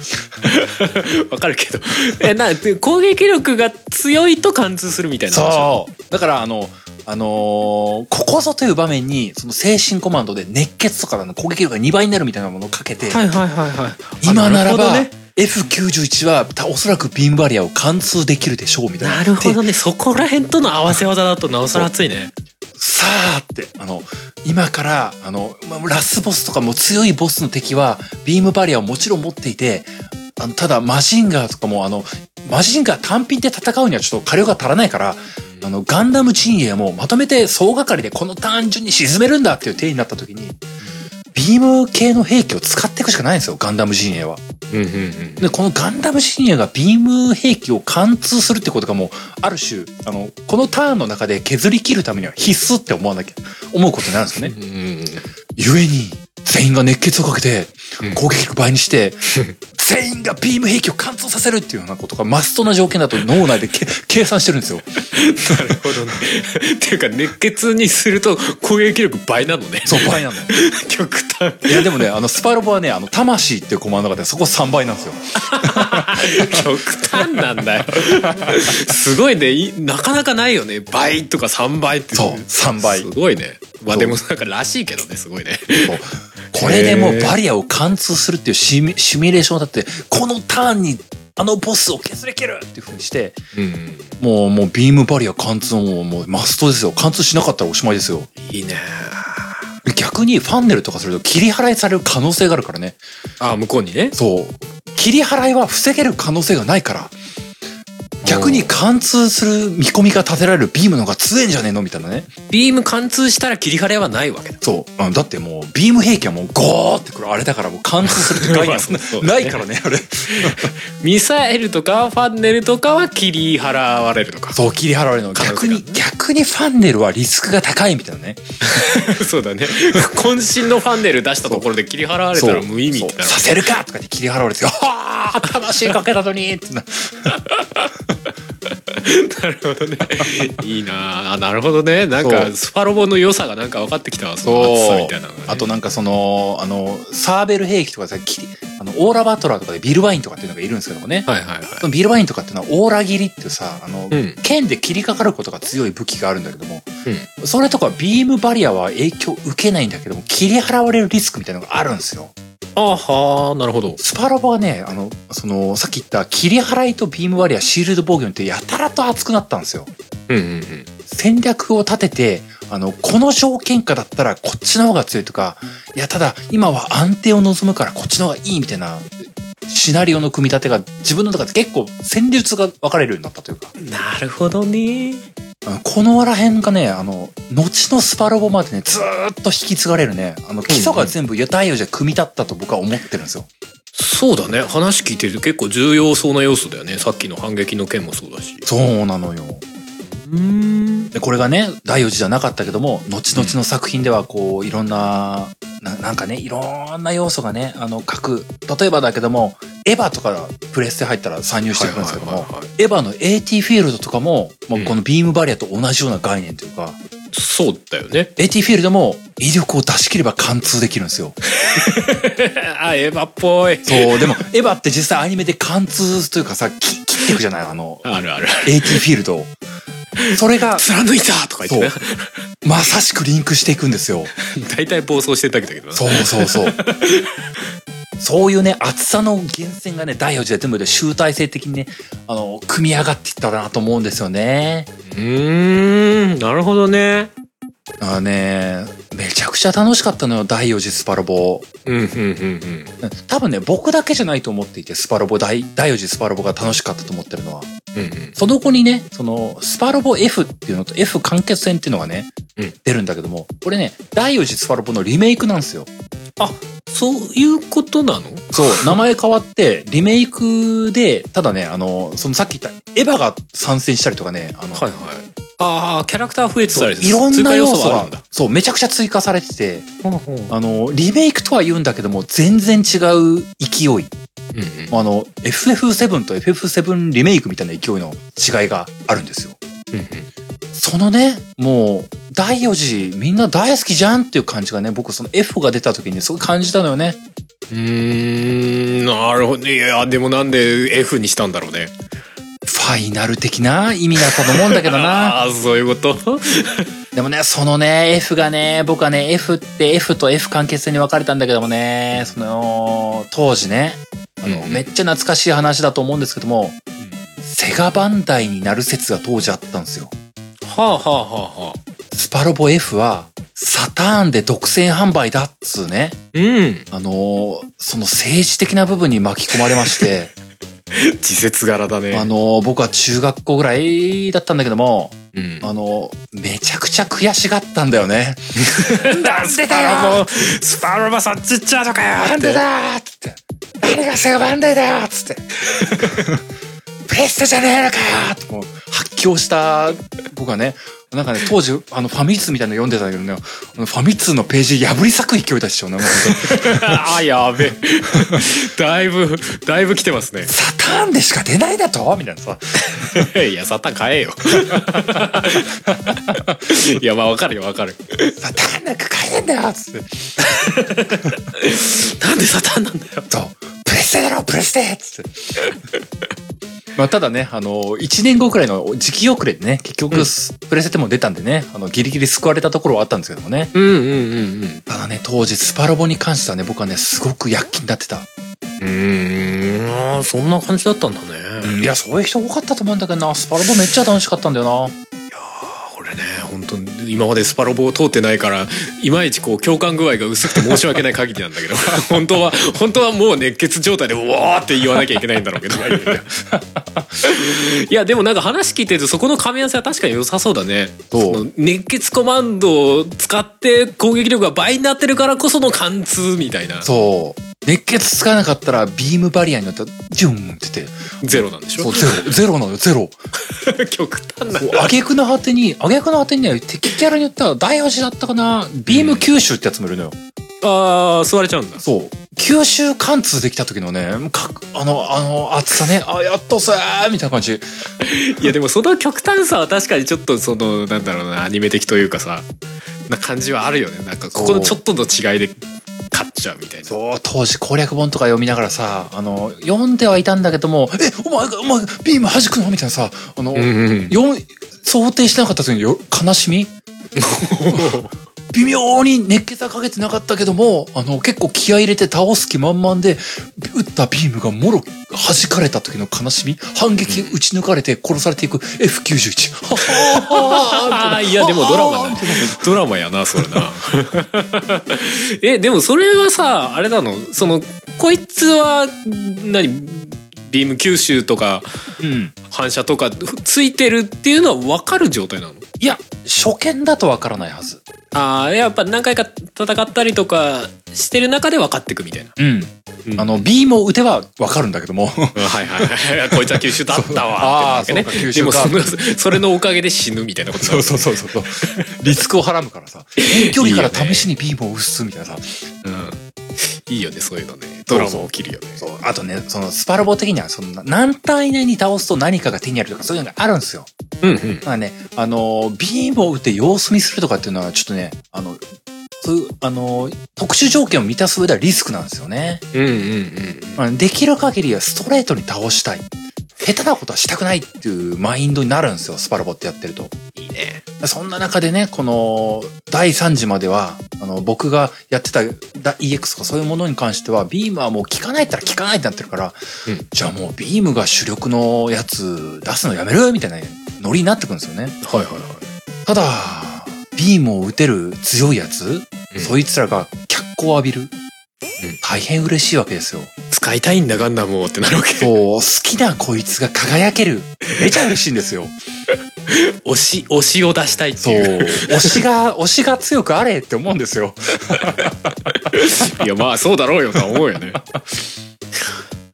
分かるけどえな攻撃力が強いと貫通するみたいなそう。だから、あの、あのーここぞという場面に、その精神コマンドで熱血とかの攻撃力が2倍になるみたいなものをかけて、はいはいはいはい今ならば、あるほどね F91 はたおそらくビームバリアを貫通できるでしょうみたいな。なるほどでねそこら辺との合わせ技だとなおさら熱いねさあって、あの、今から、あの、まラスボスとかも強いボスの敵は、ビームバリアをもちろん持っていて、あのただマシンガーとかも、あの、マシンガー単品で戦うにはちょっと火力が足らないから、あの、ガンダム陣営もまとめて総掛かりでこの単純に沈めるんだっていう体になった時に、ビーム系の兵器を使っていくしかないんですよ、ガンダム陣営は。うんうんうんで、このガンダム陣営がビーム兵器を貫通するってことがもう、ある種、あの、このターンの中で削り切るためには必須って思わなきゃ、思うことになるんですよね。故に、全員が熱血をかけてう、ん攻撃力倍にして、全員がビーム兵器を貫通させるっていうようなことがマストな条件だと脳内でけ計算してるんですよ。なるほどねっていうか熱血にすると攻撃力倍なのねそう、倍なの。極端いや、でもね、あの、スパロボはね、あの、魂っていうコマンドがね、そこ3倍なんですよ。極端なんだよすごいねいなかなかないよね倍とか3倍ってそう、3倍す。ごいねまあでもなんからしいけどねすごいねそうこれでもうバリアを貫通するっていうシミシミュレーションだってこのターンにあのボスを削り切るっていうふうにしてうんもうもうビームバリア貫通ももうマストですよ貫通しなかったらおしまいですよいいね逆にファンネルとかすると切り払いされる可能性があるからねあ向こうにねそう切り払いは防げる可能性がないから逆に貫通する見込みが立てられるビームの方が強えんじゃねえのみたいなねビーム貫通したら切り払いはないわけだそうあだってもうビーム兵器はもうゴーってくるあれだからもう貫通するって概念まはあそうそうないからねあれミサイルとかファンネルとかは切り払われるとかそう切り払われるの可能逆性がに逆にファンネルはリスクが高いみたいなね [LAUGHS] そうだね渾身のファンネル出したところで切り払われたら無意味ってなるそうさせるかとかって切り払われてよはあ魂かけたのにってな [LAUGHS] なるほどねいいなあなるほどねなんそかうスパロボの良さがなんか分かってきたわその熱さそうみたいなのがねあとなんかそのあのサーベル兵器とかさ切りあのオーラバトラーとかでビルワインとかっていうのがいるんですけどもね、はいはいはいそのビルワインとかっていうのはオーラ切りっていうさあの、うん剣で切りかかることが強い武器があるんだけどもうんそれとかビームバリアは影響受けないんだけども切り払われるリスクみたいなのがあるんですよあはあなるほどスパロボはねあのそのさっき言った切り払いとビームバリアシールド防御によってやたらと熱くなったんですようんうんうん戦略を立てて、あの、この条件下だったらこっちの方が強いとか、いや、ただ今は安定を望むからこっちの方がいいみたいな、シナリオの組み立てが自分の中で結構戦術が分かれるようになったというか、なるほどねあのこのら辺がね、あの、後のスパロボまでね、ずーっと引き継がれるね、あの、基礎が全部ユタイオじゃ組み立ったと僕は思ってるんですよ。そうだね話聞いてると結構重要そうな要素だよねさっきの反撃の件もそうだしそうなのよ。うんでこれがね第4次じゃなかったけども後々の作品ではこういろんなななんかねいろんな要素がねあの各例えばだけどもエヴァとかプレステ入ったら参入してくるんですけどもエヴァの AT フィールドとかも、まあうんこのビームバリアと同じような概念というか、そうだよね [LAUGHS] AT フィールドも威力を出し切れば貫通できるんですよ。あエヴァっぽいそう、でもエヴァって実際アニメで貫通というかさ、き切っていくじゃないあの、 [LAUGHS] あるある AT フィールドを。それが、貫いたとか言ってねまさしくリンクしていくんですよ。大体暴走してたけどなそうそう [LAUGHS] そう。そういうね、厚さの源泉がね、第4次で全部で集大成的にね、あの、組み上がっていったらなと思うんですよね。うーんなるほどねあのね、めちゃくちゃ楽しかったのよ、第4次スパロボ。うんうんうん多分ね、僕だけじゃないと思っていて、スパロボ、第第4次スパロボが楽しかったと思ってるのは。うんうんうんその後にね、その、スパロボ F っていうのと F 完結編っていうのがね、うん出るんだけども、これね、第4次スパロボのリメイクなんですよ。そういうことなのそう、名前変わって、リメイクで、ただね、あの、そのさっき言った、エヴァが参戦したりとかね、あの、はいはいああキャラクター増えてそたうりいろんな要素があがるんだそう、めちゃくちゃ追加されてて、うんうんあの、リメイクとは言うんだけども、全然違う勢い。あの、FF7 と FF7 リメイクみたいな勢いの違いがあるんですよ。そのね、もう、第4次、みんな大好きじゃんっていう感じがね、僕その F が出た時にすごい感じたのよね。うーんなるほどいやでもなんで F にしたんだろうねファイナル的な意味だったと思うんだけどな。ああそういうことでもね、そのね、F がね、僕はね、F って F と F 関係性に分かれたんだけどもね、その、当時ね、あの、うんめっちゃ懐かしい話だと思うんですけども、セガバンダイになる説が当時あったんですよ。はあはあはあはあスパロボ F は、サターンで独占販売だっつうね、うんあのーその政治的な部分に巻き込まれま [LAUGHS] して、自節柄だねあのー僕は中学校ぐらいだったんだけども、うんあのーめちゃくちゃ悔しがったんだよね。なんでだよスパロボそっちっちゃうのかよバっンダてだーっつって誰がセガバンダイだよっつってプレステじゃねえのかよってもう発狂した僕はねなんかね当時あのファミ通みたいなの読んでたけどねあのファミ通のページ破り裂く勢いだしちゃうなもう本当に [LAUGHS] あやべえだいぶだいぶ来てますねサターンでしか出ないだとみたいなさ [LAUGHS] いやサタン買え [LAUGHS] よいやまあわかるよわかるサターンなんか買えねえんだよっつってなんでサタンなんだよそうプレステだろプレステっつってまあ、ただね、あの、1年後くらいの時期遅れでね、結局、プレセテも出たんでね、あの、ギリギリ救われたところはあったんですけどもね。うんうんうんうん。ただね、当時、スパロボに関してはね、僕はね、すごく躍起になってた。うーんあーそんな感じだったんだね、うんいや、そういう人多かったと思うんだけどな、スパロボめっちゃ楽しかったんだよあーこれね本当に今までスパロボを通ってないからいまいちこう共感具合が薄くて申し訳ない限りなんだけど [LAUGHS] 本当は本当はもう熱血状態でうわーって言わなきゃいけないんだろ [LAUGHS] うけどいやでもなんか話聞いてるとそこの噛み合わせは確かに良さそうだねそうその熱血コマンドを使って攻撃力が倍になってるからこその貫通みたいなな。そう。熱血つかなかったら、ビームバリアになったら、ジュンって言って、ゼロなんでしそょう、ゼロ、ゼロなのよ、ゼロ。 [LAUGHS] 極端なこう、挙句の果てに、挙句の果てにね、敵キャラによっては、大橋だったかな、ビーム九州ってやつもいるのよ。あー座れちゃうんだそう。九州貫通できた時のね、かあの、あの、熱さね、あ、やっとさーみたいな感じ。いやでもその極端さは確かにちょっとそのなんだろうなアニメ的というかさな感じはあるよねなんかここのちょっとの違いで勝っちゃうみたいなそう、当時攻略本とか読みながらさ、あの、読んではいたんだけども、え、お前が、お前、ビーム弾くのみたいなさ、あの、うんうんよん想定してなかった時のよ悲し [LAUGHS] み微妙に熱血はかけてなかったけども、あの、結構気合い入れて倒す気満々で、撃ったビームがもろ弾かれた時の悲しみ反撃撃ち抜かれて殺されていく F91。あーいやでもドラマだねドラマやなそれな [LAUGHS] えでもそれはさあれなのそのこいつは何ビーム吸収とかうん。反射とかついてるっていうのは分かる状態なのいや、初見だとわからないはず。ああやっぱ何回か戦ったりとかしてる中で分かってくみたいな、うん。うんあの、ビームを撃てばわかるんだけども。うんはいはいはい。 [LAUGHS] こいつは吸収だったあわ。あってなるわけそうか吸で収もかその、それのおかげで死ぬみたいなことになるそうそうそう。リスクをはらむからさ。遠距離から試しにビームを撃つみたいなさ。うん。いいよね、そういうのね。ドラマ起きるよね。そう。あとね、そのスパロボ的には、その何単位以内に倒すと何かが手にあるとかそういうのがあるんですよ。うんうん。まあね、あの、ビームを打って様子見するとかっていうのはちょっとね、あの、そういう、あの、特殊条件を満たす上ではリスクなんですよね。うんうんうん。まあ、できる限りはストレートに倒したい。下手なことはしたくないっていうマインドになるんですよ、スパロボってやってると。いいね。そんな中でね、この第3次までは、あの、僕がやってただ EX とかそういうものに関しては、ビームはもう効かないったら効かないってなってるから、うんじゃあもうビームが主力のやつ出すのやめるみたいなノリになってくるんですよね。はいはいはい。ただ、ビームを打てる強いやつ、うんそいつらが脚光を浴びる。大変嬉しいわけですよ。使いたいんだ、ガンダムをってなるわけ。そう、好きなこいつが輝ける。めちゃ嬉しいん [LAUGHS] ですよ。推し、推しを出したいってそう、いう。推しが、推しが強くあれって思うんですよ。 [LAUGHS] いや、まあそうだろうよとは思うよね。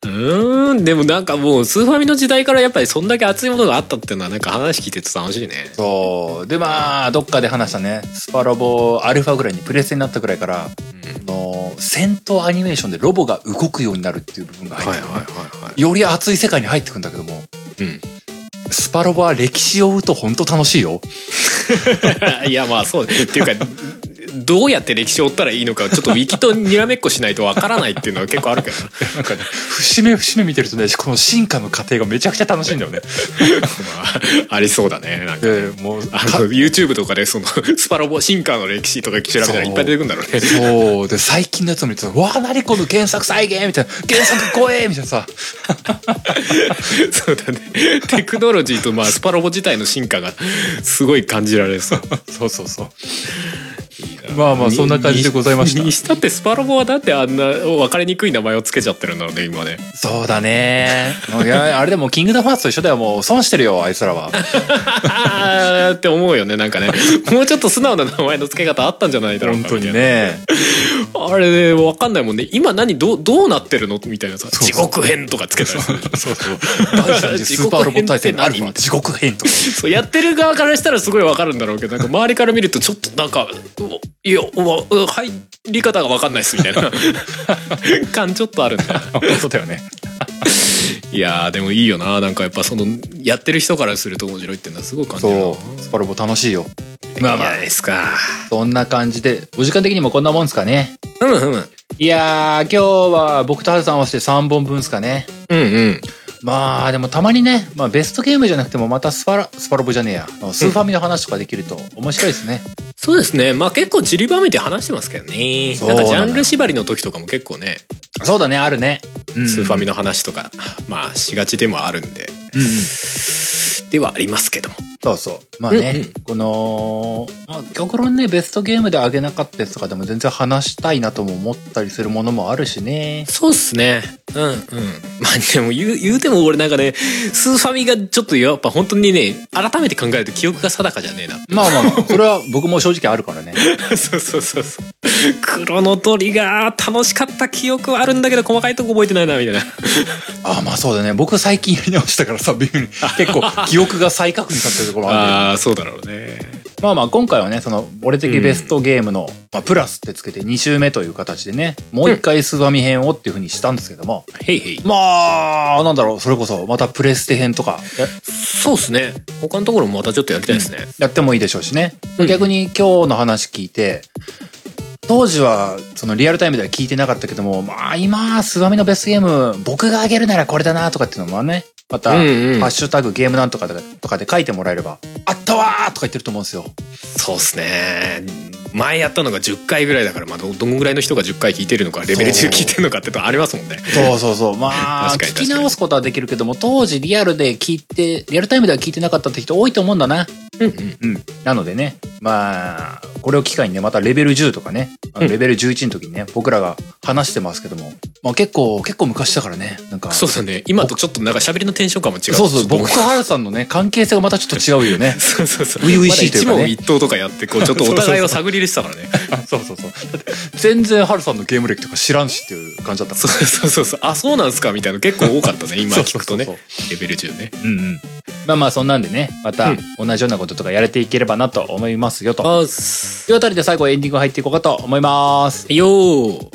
うーん、でもなんかもう、スーファミの時代からやっぱりそんだけ熱いものがあったっていうのはなんか話聞いてて楽しいね。そう。で、まあ、どっかで話したね、スパロボアルファぐらいにプレステになったぐらいから、うんあの戦闘アニメーションでロボが動くようになるっていう部分が入ってはいはいくる、はいはより熱い世界に入ってくんだけども、い。うん。スパロボは歴史を追うと本当楽しいよ。 [LAUGHS] いやまあそうっていうかどうやって歴史を追ったらいいのかちょっとウィキとにらめっこしないとわからないっていうのは結構あ [LAUGHS] るけどななんかね、節目節目見てるとね、この進化の過程がめちゃくちゃ楽しいんだよね。まあありそうだねなんかで、もう、あかの YouTube とかでそのスパロボ進化の歴史とか調べたらいっぱい出てくるんだ [LAUGHS] ろうねそう。で、最近のやつを見てたら、わあ、なにこの原作再現みたいな、原作怖えみたいなさ。そうだねテクノロジーとまあスパロボ自体の進化がすごい感じられそう [LAUGHS] そうそうそう。 [LAUGHS] まあまあ、そんな感じでございましたにに。したってスパロボはだってあんな分かりにくい名前をつけちゃってるんだろうね今ねそうだね。 [LAUGHS] いや、あれでも、キングダムハーツと一緒だよ。もう、損してるよ、あいつらは。あーって思うよねなんかねもうちょっと素直な名前の付け方あったんじゃないだろう [LAUGHS] 本か当みたにいなね。あれね分かんないもんね今何どうどうなってるのみたいなさそうそう地獄編とかつけたりする [LAUGHS] そうそう。第三 [LAUGHS] 次スーパーロボ対戦アルファ、地獄編とか。 [LAUGHS] そうやってる側からしたらすごい分かるんだろうけどなんか周りから見るとちょっとなんか「おいやおお入り方が分かんないっす」みたい [LAUGHS] な感ちょっとあるんだよな本当だよね。いやーでもいいよななんかやっぱそのやってる人からすると面白いっていうのはすごい感じるなそう。スパロボ楽しいよ。まあまいいじゃないですかあ、そんな感じで、お時間的にもこんなもんですかね。うんうんいやー、今日は僕とハルさん合わせて3本分ですかね。うんうんまあでもたまにね、まあ、ベストゲームじゃなくてもまたスパラスパロボじゃねえやスーファミの話とかできると面白いですね、そうですねまあ結構散りばめて話してますけどねそうななんんだかジャンル縛りの時とかも結構ねそうだねあるね、うんスーファミの話とか、まあしがちでもあるんでうんうんではありますけどもそうそうまあね、うんうんこの、まあ、極論ねベストゲームであげなかったやつとかでも全然話したいなとも思ったりするものもあるしねそうっすねうんうんまあでも言う言うても俺なんかねスーファミがちょっとやっぱ本当にね改めて考えると記憶が定かじゃねえなまあまあ [LAUGHS] まあそれは僕も正直あるからね [LAUGHS] そうそうそうそう。クロノトリガー楽しかった記憶はあるんだけど細かいとこ覚えてないなみたいな。ああまあそうだね僕最近やり直したからさ微 [LAUGHS] 妙に結構記憶が再確認されてるところ [LAUGHS] あるんだよねあそうだろうね。まあまあ今回はねその俺的ベストゲームの、まあ、プラスってつけて2週目という形でねもう一回スザミ編をっていうふうにしたんですけども、へいへい。まあなんだろうそれこそまたプレステ編とかやそうですね。他のところもまたちょっとやりたいですね。やってもいいでしょうしね、うん逆に今日の話聞いて当時はそのリアルタイムでは聞いてなかったけどもまあ今スザミのベストゲーム僕があげるならこれだなとかっていうのもねまた、うんうんハッシュタグゲームなんとかでとかで書いてもらえれば「あったわ!」とか言ってると思うんですよ。そうですね。前やったのが10回ぐらいだから、まあ、どどんぐらいの人が10回聞いてるのかレベル中聞いてるのかってとこありますもんね。そうそうそう。まあ、確か聞にき直すことはできるけども、当時リアルで聞いて、リアルタイムでは聞いてなかったって人多いと思うんだな。うんうん。うん。なのでね、まあ、これを機会にね、またレベル10とかね、あのうんレベル11の時にね、僕らが話してますけども、まあ結構、結構昔だからね、なんか。そうだね。今とちょっとなんか喋りのテンション感も違う。そうそう、僕僕。とハルさんのね、関係性がまたちょっと違うよね [LAUGHS] そうそうそう。初々しいというかねまだ一問一答とかやっ [LAUGHS] て、こう、ちょっとお互いを探り入れてたからね。そうそうそう。全然ハルさんのゲーム歴とか知らんしっていう感じだったもんそうそうそうそう。あ、そうなんすかみたいなの結構多かったね。今聞くとねそうそう。レベル10ね。うんうん。まあまあ、そんなんでね、まうたん同じようなこととかやれていければなと思いますよと。あす。というあたりで最後エンディング入っていこうかと思い [LAUGHS] ます。よー。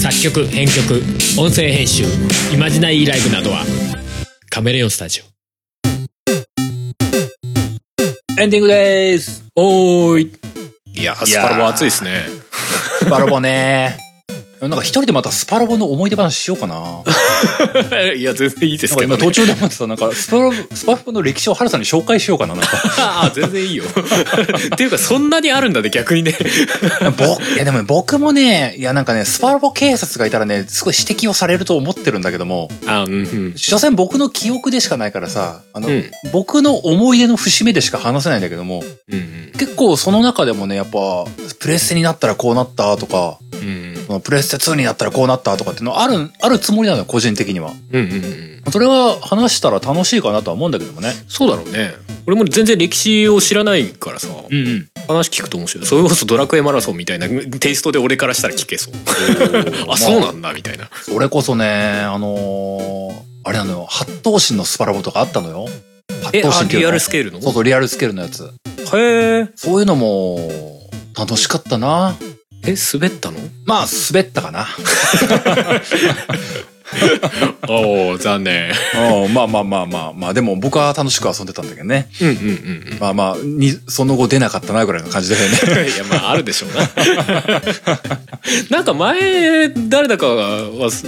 作曲編曲音声編集イマジナイーライブなどはカメレオンスタジエンディングです。オおーいいやスパロボ熱いですねスパロボね。なんか一人でまたスパロボの思い出話しようかな。いや [LAUGHS] 全然いいでなすんかけど、今ね、途中で思ってた、なんかスパロボ、スパロボの歴史をハルさんに紹介しようかな。なんかあー全然い [LAUGHS] いよっていうかそんなにあるんだね逆にね [LAUGHS] 僕、いやでも僕もね、いやなんかね、スパロボ警察がいたらね、すごい指摘をされると思ってるんだけども、あうんうん所詮僕の記憶でしかないからさ、あの、うん僕の思い出の節目でしか話せないんだけども、うん結構その中でもね、やっぱ、プレステになったらこうなったとか、うんうんそのプレステ2になったらこうなったとかっていうのある、あるつもりなのよ、個人的には。うんうんそれは話したら楽しいかなとは思うんだけどもね。そうだろうね俺も全然歴史を知らないからさ、うんうん。話聞くと面白いそれこそドラクエマラソンみたいなテイストで俺からしたら聞けそう [LAUGHS] あそうなんだみたいなそれこそね、あのーあれなのよ、八頭身のスパラボとかあったのよ。八え頭あ身っていうリのアはルスケールのそうそう、リアルスケールのやつ。へーそういうのも、楽しかったな。え滑ったのまあ、滑ったかな。おお残念うんまあまあまあまあまあ、でも僕は楽しく遊んでたんだけどね。うんうんうんまあまあ、に、その後出なかったなぐらいの感じだよね。うんいやまああるでしょうななんか前誰だかがす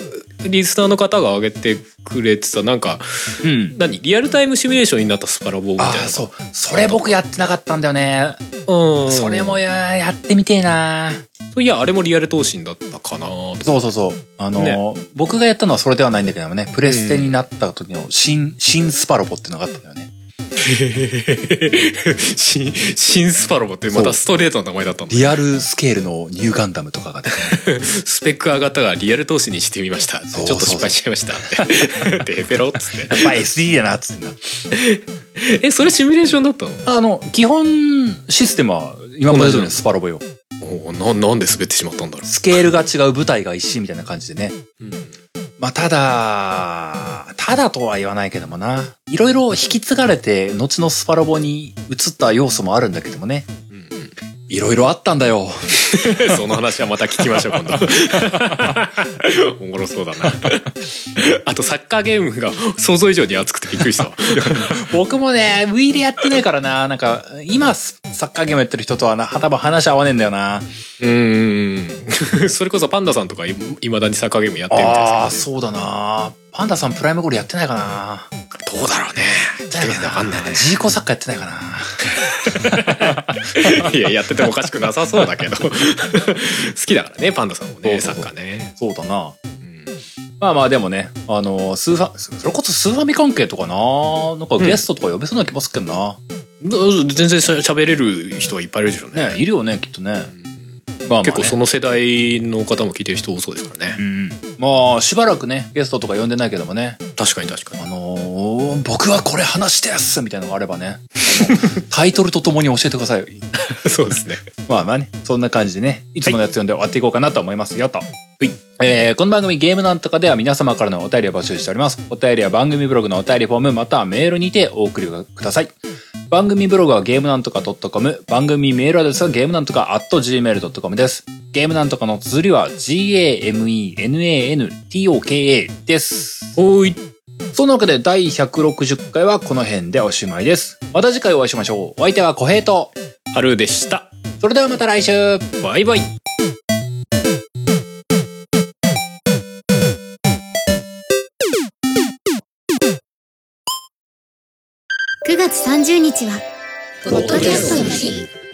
リスナーの方が挙げてくれてたなんか [LAUGHS] うん。何リアルタイムシミュレーションになったスパラボみたいあなあ、そう。それ僕やってなかったんだよね。うんそれもややってみてえな。いやあれもリアル闘神だったかなとそうそうそう。あのー、僕がやったのはそれではないんだけどもね、プレステになった時の新、新スパロボっていうのがあったんだよね。 [LAUGHS] 新新スパロボってまたストレートな名前だったんだリアルスケールのニューガンダムとかが出てねスペック上がったがリアル投資にしてみましたそうそうちょっと失敗しちゃいま [LAUGHS] したってでペロっつっやっぱ SD だな、っつってな。て [LAUGHS] えそれシミュレーションだったのあの、基本システムは今まで通りのスパロボよ。おーななんで滑ってしまったんだろスケールが違う舞台が一新みたいな感じでね。う、まあ、ただ、ただとは言わないけどもな。いろいろ引き継がれて、後のスパロボに移った要素もあるんだけどもね。うんうんいろいろあったんだよ。その話はまた聞きましょう、今 [LAUGHS] 度。おもろそうだな。あと、サッカーゲームが想像以上に熱くてびっくり [LAUGHS] したわ。僕もね、ウィーでやってないからな。なんか、今、サッカーゲームやってる人とはな、多分話合わねえんだよな。うーん。それこそパンダさんとかいいまだにサッカーゲームやってるみたいああ、ですそうだな。パンダさんプライムゴールやってないかな。けどね、どうだろうね。やってないわかかんなないね。ジーコサッカーやってないかな。 [LAUGHS] いや、やっててもおかしくなさそうだ [LAUGHS] けど。好きだからね、パンダさんもね、そサうそッうそうカーね。そうだな。うんまあまあでもね、あの、スーファ、それこそスーファミ関係とかな、なんかゲストとか呼べそうな気もするけどな。ど全然しゃ喋れる人はいっぱいいるでしょうね。ね、いるよね、きっとね。まあまあね、結構その、の世代の方も聞いてる人多そうですからね。うん。まあ、しばらくね、ゲストとか呼んでないけどもね、確かに確かに。あのー僕はこれ話してやっすみたいなのがあればね、 [LAUGHS] あのタイトルとともに教えてください。 [LAUGHS] そうですね。まあまあね、そんな感じでね、いつものやつ読んで終わっていこうかなと思いますよと。いえーこの番組ゲームなんとかでは皆様からのお便りを募集しております。お便りは番組ブログのお便りフォームまたはメールにてお送りください。番組ブログはゲームなんとか .com、番組メールアドレスはゲームなんとか .gmail.com です。ゲームなんとかの綴りは gamenantoka です。おい。そんなわけで第160回はこの辺でおしまいです。また次回お会いしましょう。お相手は小平と。春でした。それではまた来週バイバイ。 9月30日は、ポッドキャストの日。